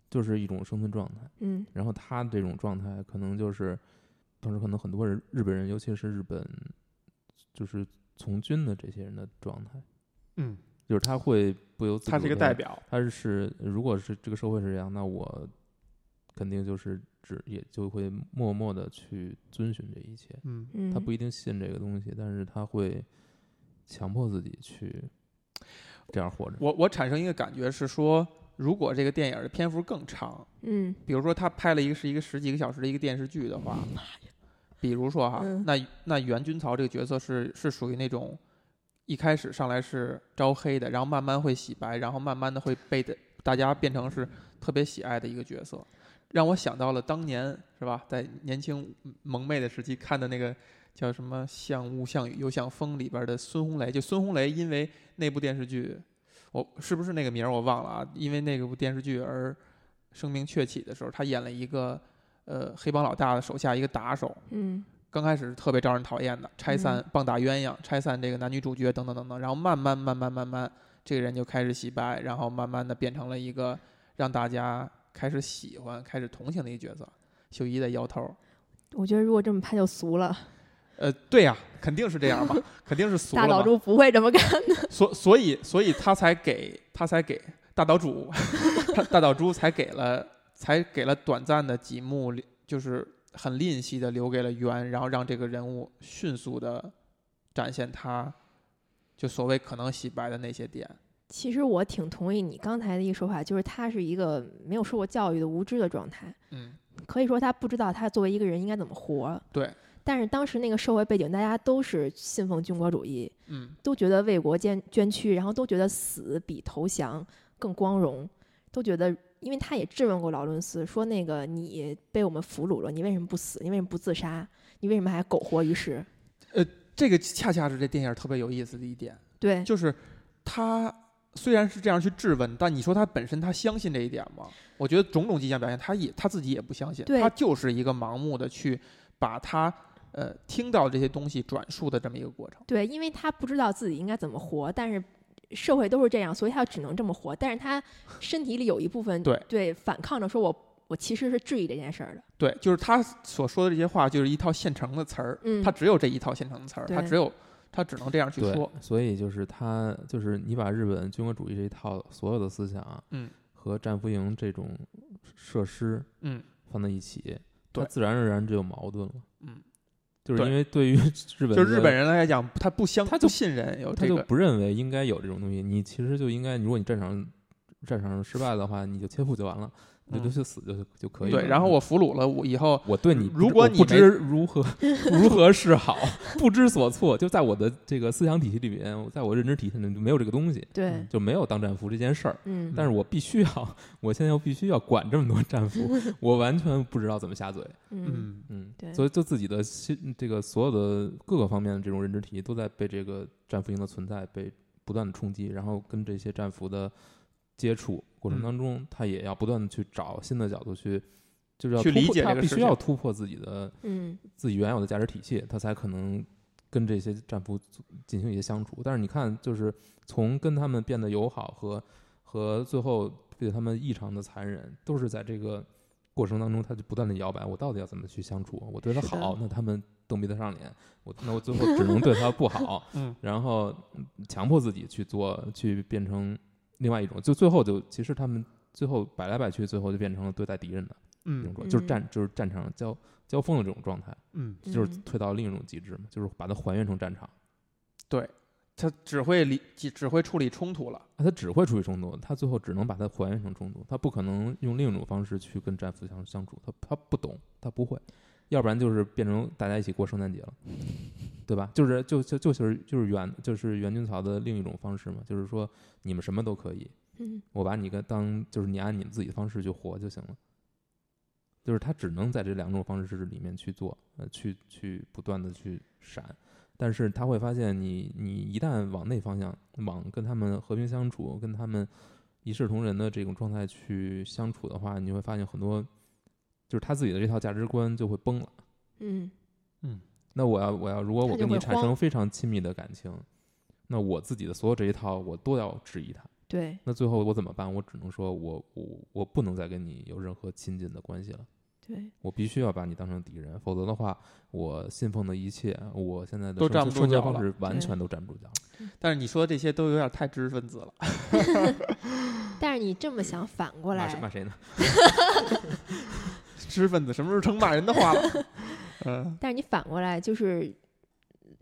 Speaker 2: 就是一种生存状态。
Speaker 3: 嗯
Speaker 2: 然后他这种状态可能就是，当时可能很多人日本人，尤其是日本就是从军的这些人的状态，
Speaker 1: 嗯，
Speaker 2: 就是他会不由自主，
Speaker 1: 他是一个代，表，
Speaker 2: 他是如果是这个社会是这样，那我肯定就是只也就会默默的去遵循这一切，
Speaker 1: 嗯，
Speaker 3: 嗯，
Speaker 2: 他不一定信这个东西，但是他会强迫自己去这样活着。
Speaker 1: 我我产生一个感觉是说，如果这个电影的篇幅更长，
Speaker 3: 嗯
Speaker 1: 比如说他拍了一个是一个十几个小时的一个电视剧的话，比如说哈，
Speaker 3: 嗯
Speaker 1: 那那袁军曹这个角色是是属于那种一开始上来是招黑的，然后慢慢会洗白，然后慢慢的会被的大家变成是特别喜爱的一个角色，让我想到了当年是吧，在年轻萌妹的时期看的那个。叫什么？像雾像雨又像风里边的孙红雷，就孙红雷，因为那部电视剧，我是不是那个名儿我忘了啊？因为那个部电视剧而 <laughs> 声名鹊起的时候，他演了一个呃黑帮老大的手下一个打手，
Speaker 3: 嗯
Speaker 1: 刚开始是特别招人讨厌的，拆散
Speaker 3: 嗯
Speaker 1: 棒打鸳鸯，拆散这个男女主角等等等等，然后慢慢慢慢慢慢，这个人就开始洗白，然后慢慢的变成了一个让大家开始喜欢、开始同情的一个角色。秀一的摇头，
Speaker 3: 我觉得如果这么拍就俗了，
Speaker 1: 呃，对呀、肯定是这样嘛，肯定是俗了
Speaker 3: 大岛
Speaker 1: 嘛，
Speaker 3: 猪不会这么干的。
Speaker 1: 所所以所以他才给他才给大岛主， <laughs> 他大岛猪才给了才给了短暂的几幕，就是很吝惜的留给了圆，然后让这个人物迅速的展现他就所谓可能洗白的那些点。
Speaker 3: 其实我挺同意你刚才的一个说法，就是他是一个没有受过教育的无知的状态，
Speaker 1: 嗯，
Speaker 3: 可以说他不知道他作为一个人应该怎么活。
Speaker 1: 对，
Speaker 3: 但是当时那个社会背景，大家都是信奉军国主义，
Speaker 1: 嗯
Speaker 3: 都觉得为国捐捐躯，然后都觉得死比投降更光荣，都觉得，因为他也质问过劳伦斯，说那个你被我们俘虏了，你为什么不死？你为什么不自杀？你为什么还苟活于世？
Speaker 1: 这个恰恰是这电影特别有意思的一点，
Speaker 3: 对，
Speaker 1: 就是他。虽然是这样去质问，但你说他本身他相信这一点吗？我觉得种种迹象表现，他也他自己也不相信，
Speaker 3: 对
Speaker 1: 他就是一个盲目的去把他呃听到这些东西转述的这么一个过程。
Speaker 3: 对，因为他不知道自己应该怎么活，但是社会都是这样，所以他只能这么活。但是他身体里有一部分
Speaker 1: 对
Speaker 3: 反抗着，说我我其实是质疑这件事儿的。
Speaker 1: 对，就是他所说的这些话，就是一套现成的词儿，
Speaker 3: 嗯
Speaker 1: 他只有这一套现成的词儿，
Speaker 3: 对
Speaker 1: 他只有他只能这样去
Speaker 2: 对
Speaker 1: 说。，
Speaker 2: 所以就是他，就是你把日本军国主义这一套所有的思想，啊
Speaker 1: 嗯，
Speaker 2: 和战俘营这种设施
Speaker 1: 嗯
Speaker 2: 放在一起，
Speaker 1: 对
Speaker 2: 它自然而然就有矛盾了。
Speaker 1: 嗯，
Speaker 2: 就是
Speaker 1: 对
Speaker 2: 因为对于日本，
Speaker 1: 就日本。人来讲，他不相
Speaker 2: 他
Speaker 1: 不
Speaker 2: 就
Speaker 1: 信任有
Speaker 2: 他
Speaker 1: 这
Speaker 2: 就
Speaker 1: 个，
Speaker 2: 不认为应该有这种东西，你其实就应该，如果你战场战场上失败的话，你就切腹就完了，你
Speaker 1: 嗯
Speaker 2: 就就去死就就可以了。
Speaker 1: 对。然后我俘虏了我以后，
Speaker 2: 我对你不知，
Speaker 1: 如果
Speaker 2: 我
Speaker 1: 你
Speaker 2: 不
Speaker 1: 没
Speaker 2: 知如何 <laughs> 如何是好， <laughs> 不知所措，就在我的这个思想体系里面，我在我认知体系里面就没有这个东西，
Speaker 3: 对
Speaker 1: 嗯，
Speaker 2: 就没有当战俘这件事儿。
Speaker 3: 嗯，
Speaker 2: 但是我必须要， <laughs> 我现在又必须要管这么多战
Speaker 1: <laughs>
Speaker 2: 俘，我完全不知道怎么下嘴。
Speaker 3: 嗯，
Speaker 1: 嗯，
Speaker 2: 嗯，
Speaker 3: 对
Speaker 2: 所以就自己的心，这个所有的各个方面的这种认知体系都在被这个战俘营的存在被不断的冲击，然后跟这些战俘的接触过
Speaker 1: 嗯
Speaker 2: 程当中，他也要不断的去找新的角度去，就是要
Speaker 1: 去
Speaker 2: 突
Speaker 1: 理
Speaker 2: 破
Speaker 1: 解
Speaker 2: 他
Speaker 1: 这个
Speaker 2: 必
Speaker 1: 事
Speaker 2: 须要
Speaker 1: 情，
Speaker 2: 突破自己的
Speaker 3: 嗯，
Speaker 2: 自己原有的价值体系，他才可能跟这些战俘进行一些相处。但是你看，就是从跟他们变得友好和和最后对他们异常的残忍，都是在这个过程当中，他就不断的摇摆，我到底要怎么去相处？我对他
Speaker 3: 是的
Speaker 2: 好，那他们蹬鼻子上脸；我那我最后只能对他不好
Speaker 3: <laughs>
Speaker 1: 嗯，
Speaker 2: 然后强迫自己去做，去变成另外一种，就最后就其实他们最后摆来摆去，最后就变成了对待敌人的这种
Speaker 1: 嗯
Speaker 2: 状，就是
Speaker 3: 嗯
Speaker 2: 战就是战场交交锋的这种状态，
Speaker 1: 嗯，
Speaker 2: 就是
Speaker 3: 嗯
Speaker 2: 退到另一种极致嘛，就是把它还原成战场。
Speaker 1: 他只会理只只会处理冲突了。
Speaker 2: 啊，他只会处理冲突，他最后只能把它还原成冲突，他不可能用另一种方式去跟战俘相相处，他他不懂，他不会，要不然就是变成大家一起过圣诞节了，对吧？就是就就就是就是袁就是袁军曹的另一种方式嘛，就是说你们什么都可以，
Speaker 3: 嗯
Speaker 2: 我把你跟当就是你按你们自己的方式去活就行了。就是他只能在这两种方式里面去做，呃，去去不断的去闪，但是他会发现你你一旦往那方向，往跟他们和平相处，跟他们一视同仁的这种状态去相处的话，你会发现很多就是他自己的这套价值观就会崩了。
Speaker 3: 嗯
Speaker 2: 那我要我要如果我
Speaker 3: 他就
Speaker 2: 跟你
Speaker 3: 会
Speaker 2: 产
Speaker 3: 慌
Speaker 2: 生非常亲密的感情，那我自己的所有这一套我都要质疑他。
Speaker 3: 对
Speaker 2: 那最后我怎么办？我只能说我我我不能再跟你有任何亲近的关系了，
Speaker 3: 对
Speaker 2: 我必须要把你当成敌人，否则的话，我信奉的一切，我现在的
Speaker 1: 都
Speaker 2: 生
Speaker 1: 站不住
Speaker 2: 生活
Speaker 1: 脚
Speaker 2: 方
Speaker 1: 了
Speaker 2: 式完
Speaker 3: 对
Speaker 2: 全都站不住脚。
Speaker 1: 但是你说这些都有点太知识分子了。 <laughs>
Speaker 3: 但是你这么想反过
Speaker 2: 骂谁
Speaker 3: 来
Speaker 2: 骂，谁呢？
Speaker 1: 知识分子什么时候成骂人的话了？嗯
Speaker 3: 但是你反过来就是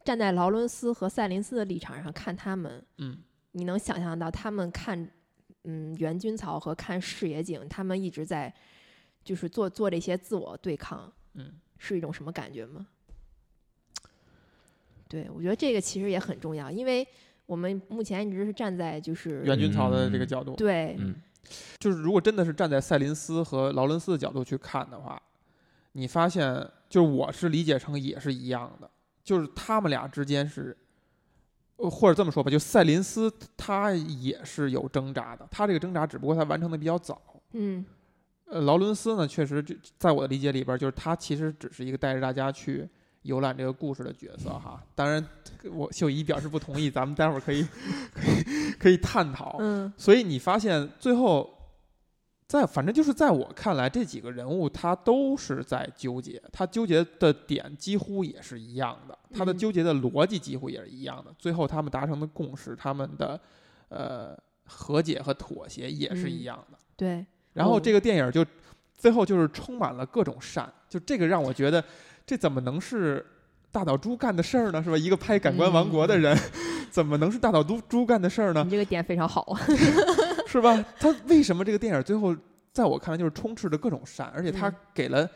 Speaker 3: 站在劳伦斯和赛林斯的立场上看他们，
Speaker 1: 嗯
Speaker 3: 你能想象到他们看，嗯，袁军曹和看视野井，他们一直在就是做做这些自我对抗，
Speaker 1: 嗯，
Speaker 3: 是一种什么感觉吗？对，我觉得这个其实也很重要，因为我们目前一直是站在就是
Speaker 1: 袁军曹的这个角度，
Speaker 3: 对，
Speaker 2: 嗯，
Speaker 1: 就是如果真的是站在赛林斯和劳伦斯的角度去看的话，你发现就是我是理解成也是一样的，就是他们俩之间是，呃或者这么说吧，就赛林斯他也是有挣扎的，他这个挣扎只不过他完成的比较早。
Speaker 3: 嗯
Speaker 1: 呃，劳伦斯呢，确实这在我的理解里边儿，就是他其实只是一个带着大家去游览这个故事的角色哈。当然，我秀姨表示不同意，咱们待会儿可以可以可以探讨。
Speaker 3: 嗯
Speaker 1: 所以你发现最后，在反正就是在我看来，这几个人物他都是在纠结，他纠结的点几乎也是一样的，他的
Speaker 3: 嗯
Speaker 1: 纠结的逻辑几乎也是一样的。最后他们达成的共识，他们的呃和解和妥协也是一
Speaker 3: 嗯
Speaker 1: 样的。
Speaker 3: 对，
Speaker 1: 然后
Speaker 3: 哦
Speaker 1: 这个电影就最后就是充满了各种善，就这个让我觉得这怎么能是大岛猪干的事儿呢？是吧？一个拍《感官王国》的人， <laughs> 怎么能是大岛猪猪干的事儿呢
Speaker 3: <laughs> 你？这个点非常好，
Speaker 1: 是吧？他为什么这个电影最后在我看来就是充斥着各种善，而且他
Speaker 3: 嗯
Speaker 1: 给了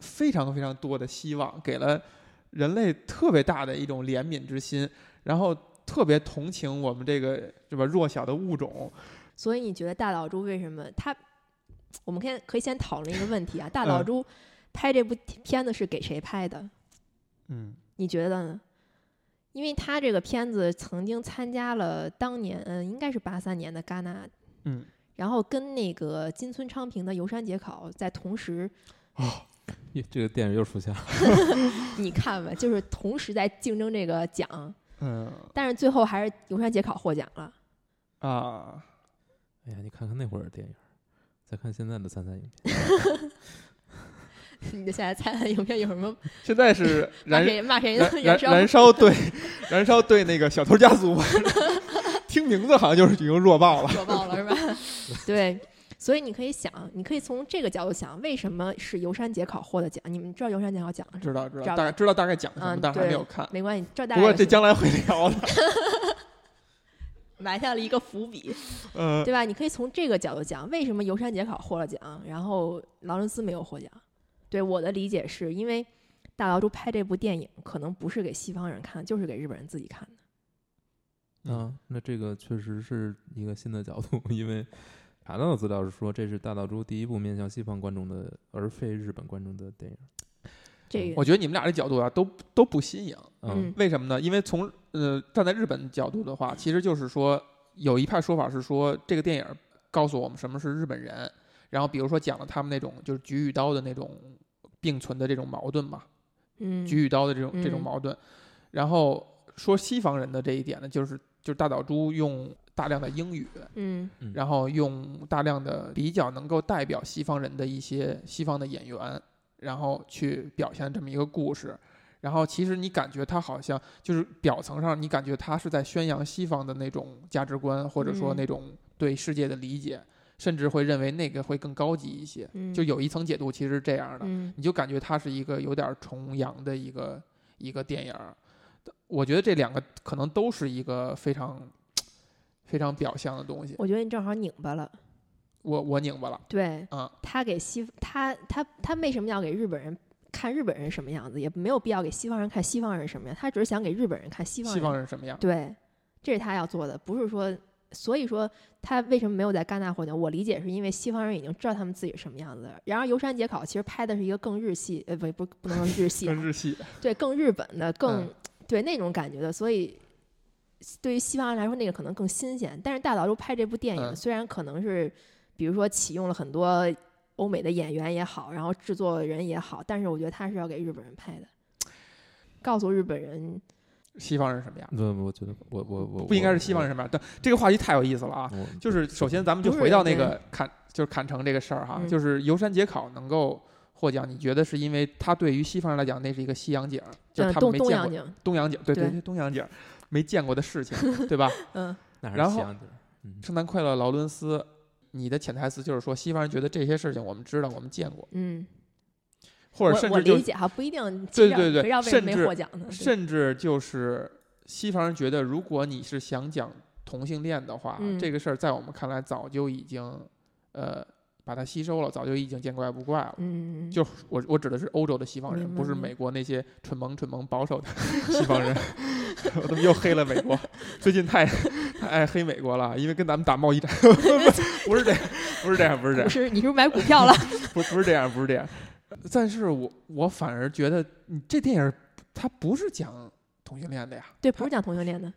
Speaker 1: 非常非常多的希望，给了人类特别大的一种怜悯之心，然后特别同情我们这个是吧弱小的物种。
Speaker 3: 所以你觉得大岛猪为什么他？我们先可以先讨论一个问题啊，大岛
Speaker 1: 嗯
Speaker 3: 猪拍这部片子是给谁拍的？
Speaker 1: 嗯
Speaker 3: 你觉得呢？因为他这个片子曾经参加了当年，嗯，应该是八三年的戛纳，
Speaker 1: 嗯，
Speaker 3: 然后跟那个金村昌平的《游山节考》在同时，
Speaker 2: 耶这个电 <laughs> 影又出现了。 <laughs>
Speaker 3: 你看吧，就是同时在竞争这个奖，
Speaker 1: 嗯
Speaker 3: 但是最后还是《游山节考》获奖了。 <laughs>
Speaker 1: 啊，
Speaker 2: 哎呀，你看看那会儿的电影，再看现在的参赛影片，
Speaker 3: 你就现在猜猜影片有什么
Speaker 1: 现在是 <laughs>
Speaker 3: 骂
Speaker 1: 燃
Speaker 3: 谁骂谁的
Speaker 1: 燃燃
Speaker 3: 燃烧？
Speaker 1: 燃烧对燃烧对那个小偷家族， <laughs> 听名字好像就是已经弱爆了。
Speaker 3: 火爆了是吧？ <laughs> 对，所以你可以想，你可以从这个角度想，为什么是游山节考获的奖？你们知道游山节考奖是
Speaker 1: 知
Speaker 3: 吧？
Speaker 1: 道知道，
Speaker 3: 知道
Speaker 1: 大概知道大概讲什么，
Speaker 3: 嗯
Speaker 1: 但是还没
Speaker 3: 对
Speaker 1: 有看。
Speaker 3: 没关系，这大
Speaker 1: 不过
Speaker 3: 家
Speaker 1: 这将来会聊
Speaker 3: <laughs>
Speaker 1: 的。
Speaker 3: 埋下了一个伏笔，
Speaker 1: 嗯 <laughs>
Speaker 3: 对吧？你可以从这个角度讲，为什么游山节考获了奖，然后劳伦斯没有获奖？对我的理解是因为大老猪拍这部电影，可能不是给西方人看，就是给日本人自己看的。
Speaker 1: 嗯
Speaker 2: <laughs> 啊，那这个确实是一个新的角度， <laughs> 因为查到的资料是说这是大岛猪第一部面向西方观众的，而非日本观众的电影。
Speaker 3: 这
Speaker 1: 嗯
Speaker 3: 个
Speaker 1: 我觉得你们俩这角度啊，都都不新颖。
Speaker 3: 嗯
Speaker 1: 为什么呢？因为从呃站在日本角度的话，其实就是说有一派说法是说这个电影告诉我们什么是日本人，然后比如说讲了他们那种就是菊与刀的那种并存的这种矛盾嘛，
Speaker 3: 嗯
Speaker 1: 举与刀的这种这种
Speaker 3: 嗯
Speaker 1: 矛盾。然后说西方人的这一点呢，就是就是大岛渚用大量的英语，
Speaker 3: 嗯
Speaker 1: 然后用大量的比较能够代表西方人的一些西方的演员，然后去表现这么一个故事。然后其实你感觉他好像就是表层上，你感觉他是在宣扬西方的那种价值观，或者说
Speaker 3: 嗯
Speaker 1: 那种对世界的理解，甚至会认为那个会更高级一些。
Speaker 3: 嗯，
Speaker 1: 就有一层解读其实是这样的，
Speaker 3: 嗯
Speaker 1: 你就感觉它是一个有点儿崇洋的一个一个电影儿。我觉得这两个可能都是一个非常非常表象的东西。
Speaker 3: 我觉得你正好拧巴了。
Speaker 1: 我我拧巴了，
Speaker 3: 对，
Speaker 1: 啊
Speaker 3: 他给西他他他为什么要给日本人看日本人什么样子，也没有必要给西方人看西方人什么样，他只是想给日本人看西方
Speaker 1: 西
Speaker 3: 人。
Speaker 1: 方人什么样？
Speaker 3: 对，这是他要做的，不是说。所以说他为什么没有在戛纳获奖？我理解是因为西方人已经知道他们自己是什么样子了。然而《游山解考》其实拍的是一个更日系，呃，不不不能说日系、啊
Speaker 1: 跟，日系，
Speaker 3: 对，更日本的，更、
Speaker 1: 嗯
Speaker 3: 对那种感觉的，所以对于西方人来说，那个可能更新鲜。但是大岛渚拍这部电影，
Speaker 1: 嗯
Speaker 3: 虽然可能是比如说启用了很多欧美的演员也好，然后制作人也好，但是我觉得他是要给日本人拍的，告诉日本人，
Speaker 1: 西方人什么样？
Speaker 2: 嗯不不，我觉得我我我嗯
Speaker 1: 不应该是西方人什么样？但这个话题太有意思了啊！
Speaker 2: 我
Speaker 1: 就是首先咱们就
Speaker 3: 不是
Speaker 1: 回到那
Speaker 3: 对
Speaker 1: 个坎，就是坎城这个事儿哈，
Speaker 3: 嗯
Speaker 1: 就是游山解考能够获奖，你觉得是因为它对于西方人来讲那是一个西洋景儿，就是
Speaker 3: 嗯，
Speaker 1: 他
Speaker 3: 东
Speaker 1: 们没
Speaker 3: 东
Speaker 1: 见
Speaker 3: 洋
Speaker 1: 过
Speaker 3: 景，
Speaker 1: 东洋景儿，对
Speaker 3: 对
Speaker 1: 对，东洋景儿没见过的事情，对吧？
Speaker 3: 嗯，
Speaker 2: 那还
Speaker 1: 然
Speaker 2: 是西
Speaker 1: 后
Speaker 2: 洋点儿嗯
Speaker 1: 圣诞快乐，劳伦斯。你的潜台词就是说，西方人觉得这些事情我们知道，我们见过，
Speaker 3: 嗯，
Speaker 1: 或者
Speaker 3: 我
Speaker 1: 甚
Speaker 3: 我
Speaker 1: 至就
Speaker 3: 理解哈，不一定
Speaker 1: 对
Speaker 3: 非要
Speaker 1: 对对
Speaker 3: 非要为什
Speaker 1: 甚
Speaker 3: 么没
Speaker 1: 至
Speaker 3: 获奖呢？对
Speaker 1: 甚至就是西方人觉得，如果你是想讲同性恋的话，
Speaker 3: 嗯
Speaker 1: 这个事儿在我们看来早就已经呃把它吸收了，早就已经见怪不怪了。
Speaker 3: 嗯，
Speaker 1: 就我我指的是欧洲的西方人，
Speaker 3: 明白
Speaker 1: 不是
Speaker 3: 明白
Speaker 1: 美国那些蠢萌蠢萌保守
Speaker 3: <laughs>
Speaker 1: 的西方人。 <laughs> 我怎么又黑了美国？ <laughs> 最近太太爱黑美国了，因为跟咱们打贸易战。 <laughs> 不是这，不是这样，不是这样
Speaker 3: 不。是你是不是买股
Speaker 1: <laughs>
Speaker 3: 票了？
Speaker 1: 不不是这样，不是这样。但是我我反而觉得，你这电影儿它不是讲同性恋的呀，
Speaker 3: 对，不是讲同性恋的，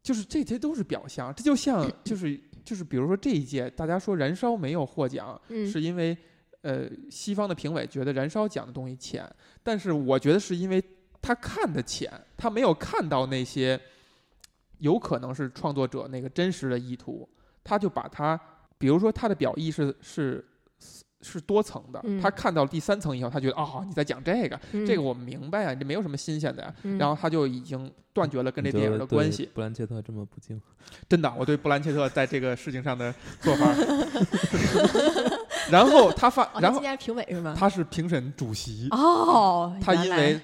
Speaker 1: 就是这些都是表象。这就像就是就是，比如说这一届大家说《燃烧》没有获奖，
Speaker 3: 嗯，
Speaker 1: 是因为呃西方的评委觉得《燃烧》讲的东西浅，但是我觉得是因为他看的浅，他没有看到那些有可能是创作者那个真实的意图，他就把它，比如说他的表意是是。是多层的，
Speaker 3: 嗯
Speaker 1: 他看到第三层以后，他觉得哦，你在讲这个，这个我明白啊，你这没有什么新鲜的呀、
Speaker 3: 嗯，
Speaker 1: 然后他就已经断绝了跟这
Speaker 2: 你觉
Speaker 1: 电影
Speaker 2: 得
Speaker 1: 的
Speaker 2: 对
Speaker 1: 关系。
Speaker 2: 布兰切特这么不敬，
Speaker 1: 真的，我对布兰切特在这个事情上的做
Speaker 3: <laughs>
Speaker 1: 法。 <laughs> 然后他发，
Speaker 3: 哦，他
Speaker 1: 然后
Speaker 3: 今天是评委是吗？
Speaker 1: 他是评审主席，
Speaker 3: 哦，
Speaker 1: 他
Speaker 3: 原
Speaker 1: 因
Speaker 3: 来
Speaker 1: 为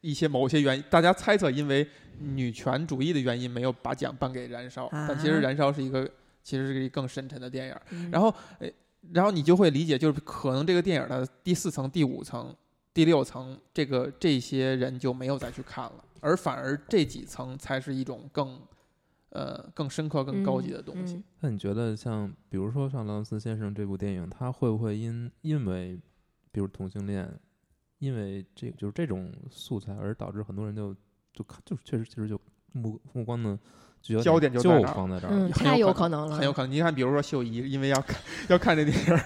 Speaker 1: 一些某些原因，大家猜测因为女权主义的原因，没有把奖颁给《燃烧》但其实
Speaker 3: 啊
Speaker 1: 《燃烧》是一个其实是一个更深沉的电影。
Speaker 3: 嗯
Speaker 1: 然后，呃，然后你就会理解，就是可能这个电影的第四层、第五层、第六层，这个这些人就没有再去看了，而反而这几层才是一种更。呃，更深刻、更高级的东西，
Speaker 3: 嗯
Speaker 2: 那你觉得像比如说像劳伦斯先生这部电影，他会不会因因为比如同性恋，因为这就是这种素材而导致很多人就就看就是确实其实就目目光呢聚焦
Speaker 1: 焦
Speaker 2: 点
Speaker 1: 点就
Speaker 2: 就
Speaker 1: 在那儿
Speaker 2: 放在这儿，
Speaker 3: 嗯，
Speaker 1: 很
Speaker 3: 太
Speaker 1: 有
Speaker 3: 有
Speaker 1: 可
Speaker 3: 可能了，
Speaker 1: 很有可能。你看，比如说秀仪，因为要看要看这电影儿，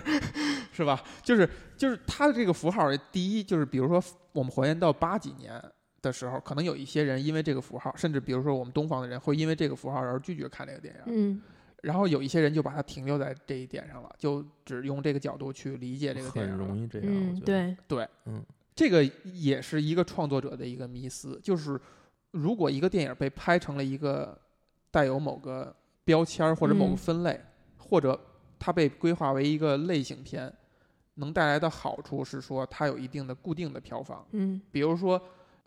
Speaker 1: 是吧？就是就是他的这个符号儿，第一就是比如说我们还原到八几年的时候，可能有一些人因为这个符号，甚至比如说我们东方的人会因为这个符号而拒绝看这个电影儿，
Speaker 3: 嗯
Speaker 1: 然后有一些人就把它停留在这一点上了，就只用这个角度去理解这个电
Speaker 2: 很
Speaker 1: 影儿了。
Speaker 2: 容易这样，我
Speaker 3: 嗯，
Speaker 2: 觉得。
Speaker 1: 啊
Speaker 3: 对，
Speaker 1: 这个也是一个创作者的一个迷思，就是如果一个电影被拍成了一个带有某个标签儿或者某个
Speaker 3: 嗯
Speaker 1: 分类，或者它被规划为一个类型片，能带来的好处是说它有一定的固定的票房。
Speaker 3: 嗯
Speaker 1: 比如说，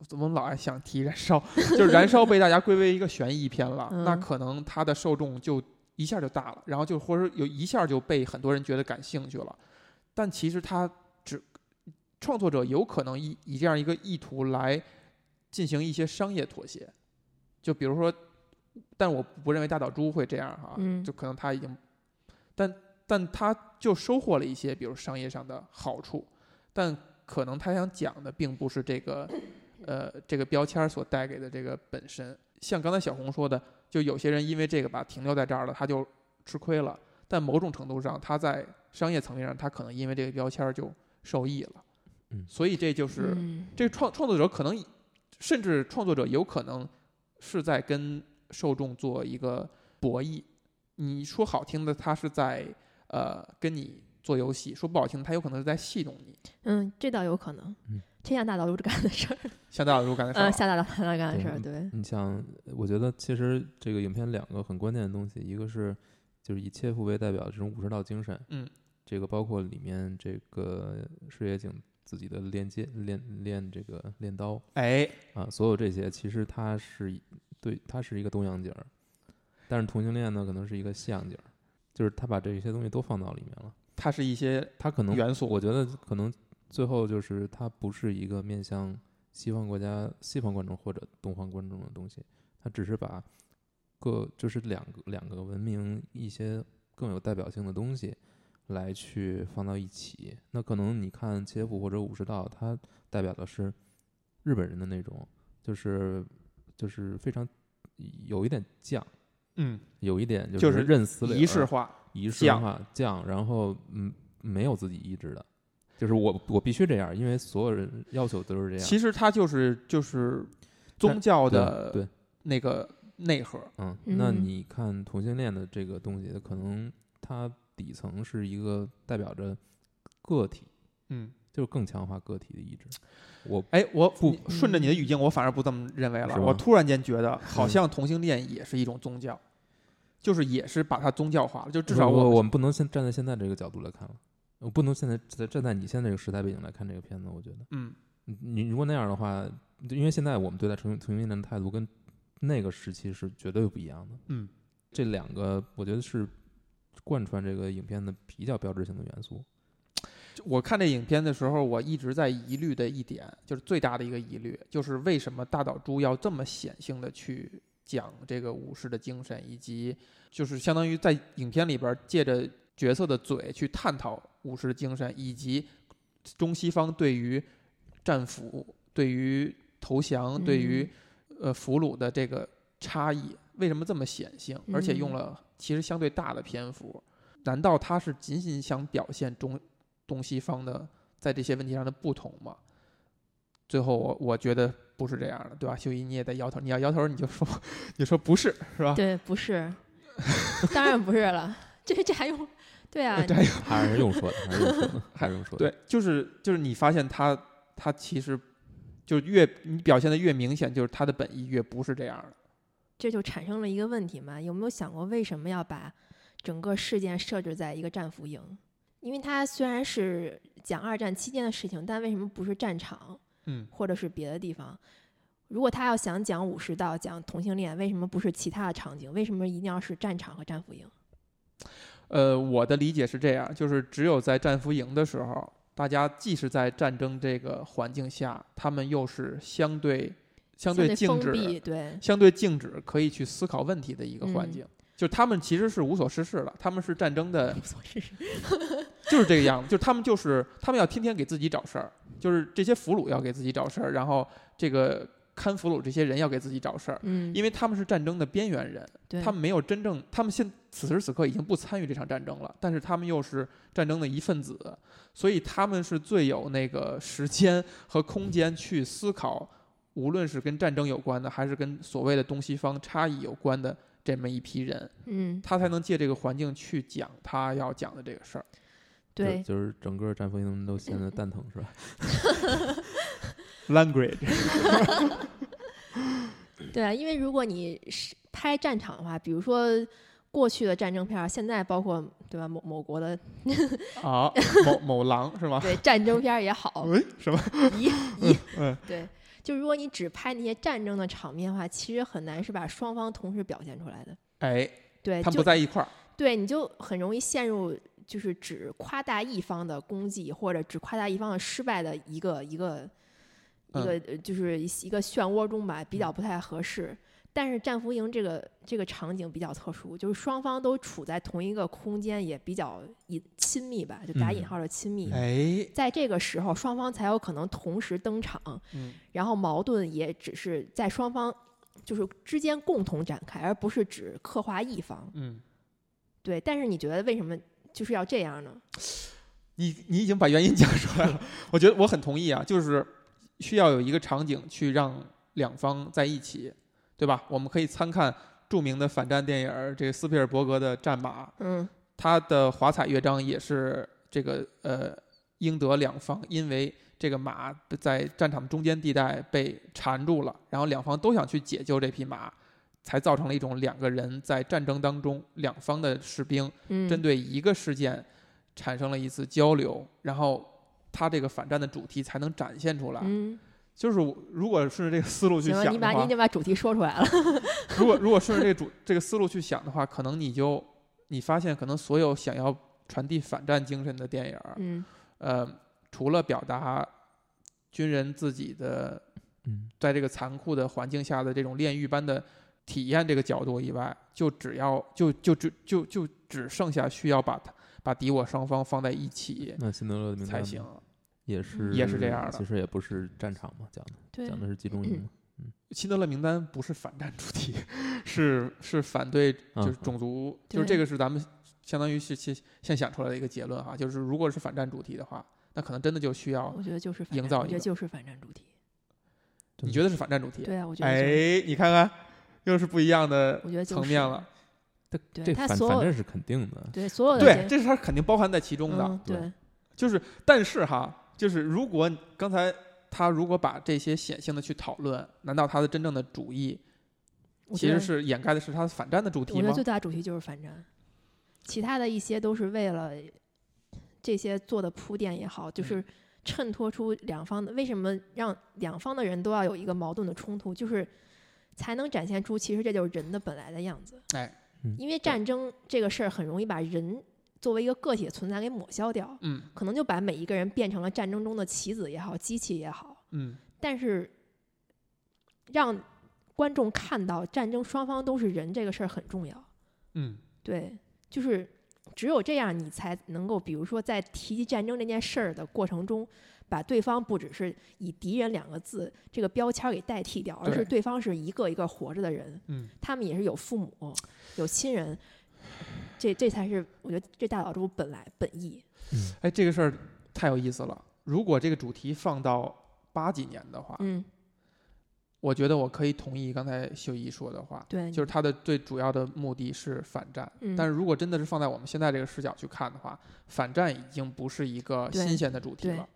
Speaker 1: 怎么老爱想提《燃烧》， <laughs> 就是《燃烧》被大家归为一个悬疑片了，
Speaker 3: 嗯
Speaker 1: 那可能它的受众就一下就大了，然后就或者有一下就被很多人觉得感兴趣了，但其实它只创作者有可能以以这样一个意图来进行一些商业妥协，就比如说，但我不认为大岛渚会这样哈、
Speaker 3: 嗯
Speaker 1: 就可能他已经，但但他就收获了一些，比如商业上的好处，但可能他想讲的并不是这个，呃，这个标签儿所带给的这个本身。像刚才小红说的，就有些人因为这个吧停留在这儿了，他就吃亏了。但某种程度上，他在商业层面上，他可能因为这个标签儿就受益了。
Speaker 2: 嗯
Speaker 1: 所以这就是
Speaker 3: 嗯
Speaker 1: 这个创创作者可能甚至创作者有可能是在跟受众做一个博弈。你说好听的，他是在呃跟你做游戏；说不好听，他有可能是在戏弄你。
Speaker 3: 嗯，这倒有可能
Speaker 2: 嗯，
Speaker 3: 这像大岛优干的事儿，
Speaker 1: 像大家如感的事儿
Speaker 3: 嗯，
Speaker 1: 啊，
Speaker 3: 像大岛优干的事儿，对，
Speaker 2: 你想，我觉得其实这个影片两个很关键的东西，一个是就是以切腹为代表的这种武士道精神，
Speaker 1: 嗯，
Speaker 2: 这个包括里面这个视野井自己的练剑、练练这个练刀
Speaker 1: 哎，
Speaker 2: 啊，所有这些其实它是一对它是一个东洋景儿，但是同性恋呢可能是一个西洋景儿，就是他把这些东西都放到里面了，
Speaker 1: 它是一些
Speaker 2: 他可能
Speaker 1: 元素
Speaker 2: 我觉得可能最后就是它不是一个面向西方国家、西方观众或者东方观众的东西，它只是把各就是两个两个文明一些更有代表性的东西来去放到一起。那可能你看切腹或者武士道，它代表的是日本人的那种，就是就是非常有一点犟，
Speaker 1: 嗯
Speaker 2: 有一点
Speaker 1: 就是是
Speaker 2: 认死理儿
Speaker 1: 仪式化。
Speaker 2: 仪式化降，然后嗯，没有自己意志的，就是我我必须这样，因为所有人要求都是这样。
Speaker 1: 其实它就是就是宗教
Speaker 2: 对
Speaker 1: 的
Speaker 2: 对，
Speaker 1: 那个内核。
Speaker 2: 嗯，那
Speaker 3: 嗯
Speaker 2: 你看同性恋的这个东西，可能它底层是一个代表着个体，
Speaker 1: 嗯，
Speaker 2: 就是更强化个体的意志。我
Speaker 1: 哎，我
Speaker 2: 不
Speaker 1: 你嗯顺着你的语境，我反而不这么认为了。
Speaker 2: 是吗
Speaker 1: 我突然间觉得，好像同性恋也是一种宗教，就是也是把它宗教化了。就至少
Speaker 2: 我
Speaker 1: 我
Speaker 2: 我们不能现站在现在这个角度来看了，我不能现在站站在你现在这个时代背景来看这个片子，我觉得。
Speaker 1: 嗯
Speaker 2: 你你如果那样的话，就因为现在我们对待同性同性恋的态度跟那个时期是绝对不一样的。
Speaker 1: 嗯，
Speaker 2: 这两个我觉得是贯穿这个影片的比较标志性的元
Speaker 1: <laughs>
Speaker 2: 素。
Speaker 1: 就我看这影片的时候，我一直在疑虑的一点，就是最大的一个疑虑，就是为什么大岛渚要这么显性的去讲这个武士的精神，以及就是相当于在影片里边儿借着角色的嘴去探讨武士的精神，以及中西方对于战俘、对于投降、嗯对于呃俘虏的这个差异，为什么这么显性？而且用
Speaker 3: 嗯
Speaker 1: 了其实相对大的篇幅，难道他是仅仅想表现中东西方的在这些问题上的不同吗？最后我我觉得不是这样的，对吧？秀一你也在摇头，你要摇头你就说 <laughs> 你说不是是吧？
Speaker 3: 嗯对，
Speaker 1: <laughs>
Speaker 3: 不是，当然不是了，这这还用？对啊，
Speaker 1: 这还有
Speaker 2: 还是用说的，还是用说的，还是用说的。，
Speaker 1: 对，就是就是你发现他他其实就越你表现的越明显，就是他的本意越不是这样的。
Speaker 3: 这就产生了一个问题嘛，有没有想过为什么要把整个事件设置在一个战俘营？因为它虽然是讲二战期间的事情，但为什么不是战场
Speaker 1: 嗯，
Speaker 3: 或者是别的地方？如果他要想讲武士道、讲同性恋，为什么不是其他的场景？为什么一定要是战场和战俘营？
Speaker 1: 呃，我的理解是这样，就是只有在战俘营的时候，大家既是在战争这个环境下，他们又是相对相对静
Speaker 3: 封
Speaker 1: 止
Speaker 3: 闭，对， <laughs>
Speaker 1: 相对静止可以去思考问题的一个环
Speaker 3: 嗯
Speaker 1: 境。就他们其实是无所事事了，他们是战争的，
Speaker 3: 无所事事。
Speaker 1: 就是这个样子。就是他们就是他们要天天给自己找事儿，就是这些俘虏要给自己找事儿，然后这个看俘虏这些人要给自己找事儿，
Speaker 3: 嗯，
Speaker 1: 因为他们是战争的边缘人，
Speaker 3: 对，
Speaker 1: 他们没有真正，他们现此时此刻已经不参与这场战争了，但是他们又是战争的一份子，所以他们是最有那个时间和空间去思考，无论是跟战争有关的，还是跟所谓的东西方差异有关的这么一批人，
Speaker 3: 嗯，
Speaker 1: 他才能借这个环境去讲他要讲的这个事儿。
Speaker 3: 对，
Speaker 2: 就就是整个战俘营都显得蛋疼是吧？嗯
Speaker 1: Language，
Speaker 3: 对啊，因为如果你是拍战场的话，比如说过去的战争片儿，现在包括对吧，某某国的
Speaker 1: <laughs> 啊，某某狼 <laughs> 是吗？
Speaker 3: 对战争片儿
Speaker 1: <laughs>
Speaker 3: 也好，
Speaker 1: 喂，哎什么？
Speaker 3: 一一
Speaker 1: 啊嗯
Speaker 3: 对，就如果你只拍那些战争的场面的话，其实很难是把双方同时表现出来的。
Speaker 1: 哎，
Speaker 3: 对，
Speaker 1: 他们
Speaker 3: 就
Speaker 1: 不在一块儿。
Speaker 3: 对，你就很容易陷入就是只夸大一方的功绩，或者只夸大一方的失败的一个一个一
Speaker 1: 嗯
Speaker 3: 个、呃就是一一个漩涡中吧，比较不太合适。但是战俘营这个这个场景比较特殊，就是双方都处在同一个空间，也比较隐亲密吧，就打引
Speaker 2: 嗯
Speaker 3: 号的亲密。
Speaker 1: 哎，
Speaker 3: 在这个时候，双方才有可能同时登场，
Speaker 1: 嗯
Speaker 3: 然后矛盾也只是在双方就是之间共同展开，而不是只刻画一方。
Speaker 1: 嗯，
Speaker 3: 对，但是你觉得为什么就是要这样呢？
Speaker 1: 你你已经把原因讲出来了，我觉得我很同意啊，就是需要有一个场景去让两方在一起，对吧？我们可以参看著名的反战电影儿这个斯皮尔伯格的《战马》，
Speaker 3: 嗯
Speaker 1: 他的华彩乐章也是这个呃英德两方因为这个马在战场中间地带被缠住了，然后两方都想去解救这匹马，才造成了一种两个人在战争当中两方的士兵
Speaker 3: 嗯，
Speaker 1: 针对一个事件产生了一次交流，然后他这个反战的主题才能展现出来。
Speaker 3: 嗯，
Speaker 1: 就是我如果顺着这个思路去
Speaker 3: 行
Speaker 1: 想
Speaker 3: 了，你
Speaker 1: 的
Speaker 3: 把你
Speaker 1: 话
Speaker 3: 已，经把主题说出
Speaker 1: <laughs>
Speaker 3: 来了，
Speaker 1: 如果如果顺着这个主这个思路去想的话，可能你就你发现，可能所有想要传递反战精神的电影儿，
Speaker 3: 嗯
Speaker 1: 呃，除了表达军人自己的
Speaker 2: 嗯
Speaker 1: 在这个残酷的环境下的这种炼狱般的体验这个角度以外，就只要就就就就就只剩下需要把它把敌我双方放在一起
Speaker 2: 那辛德勒的名单
Speaker 1: 才
Speaker 2: 呢
Speaker 1: 行。
Speaker 2: 也是
Speaker 1: 也是这样的
Speaker 2: 其实也不是战场嘛，讲的
Speaker 3: 对
Speaker 2: 讲的是集中营嘛，
Speaker 1: 辛德勒名单不是反战主题，是是反对
Speaker 2: 嗯
Speaker 1: 就是种族，就是
Speaker 3: 对
Speaker 1: 这个是咱们相当于是现现想出来的一个结论哈，就是如果是反战主题的话，那可能真的就需要
Speaker 3: 我觉得就是反
Speaker 1: 营
Speaker 3: 战
Speaker 1: 造
Speaker 3: 我
Speaker 1: 一
Speaker 3: 觉得
Speaker 1: 个
Speaker 3: 就是反战主题，
Speaker 1: 你
Speaker 2: 真的
Speaker 1: 觉得是反战主题？
Speaker 3: 对啊，我觉得就是，
Speaker 1: 哎，你看看，又是不一样的
Speaker 3: 我觉得就
Speaker 1: 层
Speaker 3: 是
Speaker 1: 面了。
Speaker 3: 对
Speaker 2: 这
Speaker 3: 他
Speaker 2: 反
Speaker 3: 所
Speaker 2: 反
Speaker 3: 有
Speaker 2: 正是肯定的，
Speaker 3: 对所有的
Speaker 1: 对，
Speaker 3: 这
Speaker 1: 这是它肯定包含在其中的。
Speaker 3: 嗯
Speaker 2: 对
Speaker 3: 对，
Speaker 1: 就是，但是哈，就是如果刚才他如果把这些显性的去讨论，难道他的真正的主义
Speaker 3: 我
Speaker 1: 其
Speaker 3: 觉得
Speaker 1: 实是掩盖的是他反战的主
Speaker 3: 我
Speaker 1: 题
Speaker 3: 觉
Speaker 1: 吗
Speaker 3: 得？最大主题就是反战，其他的一些都是为了这些做的铺垫也好，就
Speaker 1: 嗯
Speaker 3: 是衬托出两方的为什么让两方的人都要有一个矛盾的冲突，就是才能展现出其实这就是人的本来的样子。
Speaker 1: 哎
Speaker 2: 嗯
Speaker 3: 因为战争这个事儿很容易把人作为一个个体的存在给抹消掉，
Speaker 1: 嗯
Speaker 3: 可能就把每一个人变成了战争中的棋子也好，机器也好。
Speaker 1: 嗯，
Speaker 3: 但是让观众看到战争双方都是人这个事儿很重要。
Speaker 1: 嗯，
Speaker 3: 对，就是只有这样，你才能够，比如说在提及战争这件事儿的过程中，把对方不只是以敌人两个字这个标签儿给代替掉，而
Speaker 1: 对
Speaker 3: 是对方是一个一个活着的人，
Speaker 1: 嗯，
Speaker 3: 他们也是有父母、有亲人，这这才是我觉得这大岛主本来本意。
Speaker 1: 哎，这个事儿太有意思了。如果这个主题放到八几年的话，
Speaker 3: 嗯，
Speaker 1: 我觉得我可以同意刚才秀一说的话，
Speaker 3: 对，
Speaker 1: 就是他的最主要的目的是反战。
Speaker 3: 嗯
Speaker 1: 但是如果真的是放在我们现在这个视角去看的话，反战已经不是一个
Speaker 3: 对
Speaker 1: 新鲜的主题
Speaker 3: 对
Speaker 1: 了。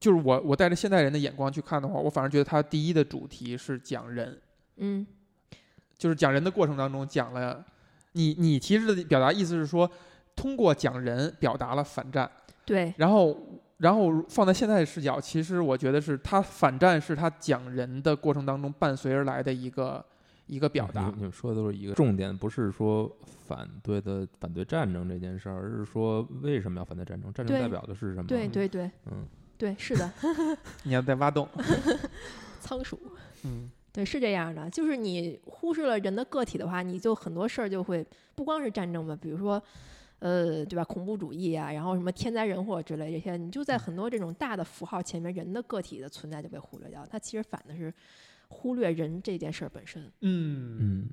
Speaker 1: 就是我我带着现代人的眼光去看的话，我反而觉得它第一的主题是讲人，
Speaker 3: 嗯，
Speaker 1: 就是讲人的过程当中讲了你你提示的表达意思是说，通过讲人表达了反战，
Speaker 3: 对，
Speaker 1: 然后然后放在现在的视角，其实我觉得是他反战是他讲人的过程当中伴随而来的一个一个表达。
Speaker 2: 你你们说的都是一个重点，不是说反对的反对战争这件事儿，而是说为什么要反对战争？战争
Speaker 3: 对
Speaker 2: 代表的是什么？
Speaker 3: 对，对，对，
Speaker 2: 嗯，
Speaker 3: 对，是的， <laughs>
Speaker 1: 你要在挖洞，
Speaker 3: 仓鼠。
Speaker 1: 嗯
Speaker 3: 对，是这样的，就是你忽视了人的个体的话，你就很多事儿就会不光是战争吧，比如说，呃，对吧，恐怖主义啊，然后什么天灾人祸之类这些，你就在很多这种大的符号前面，人的个体的存在就被忽略掉。它其实反的是忽略人这件事儿本身。
Speaker 1: 嗯
Speaker 2: 嗯，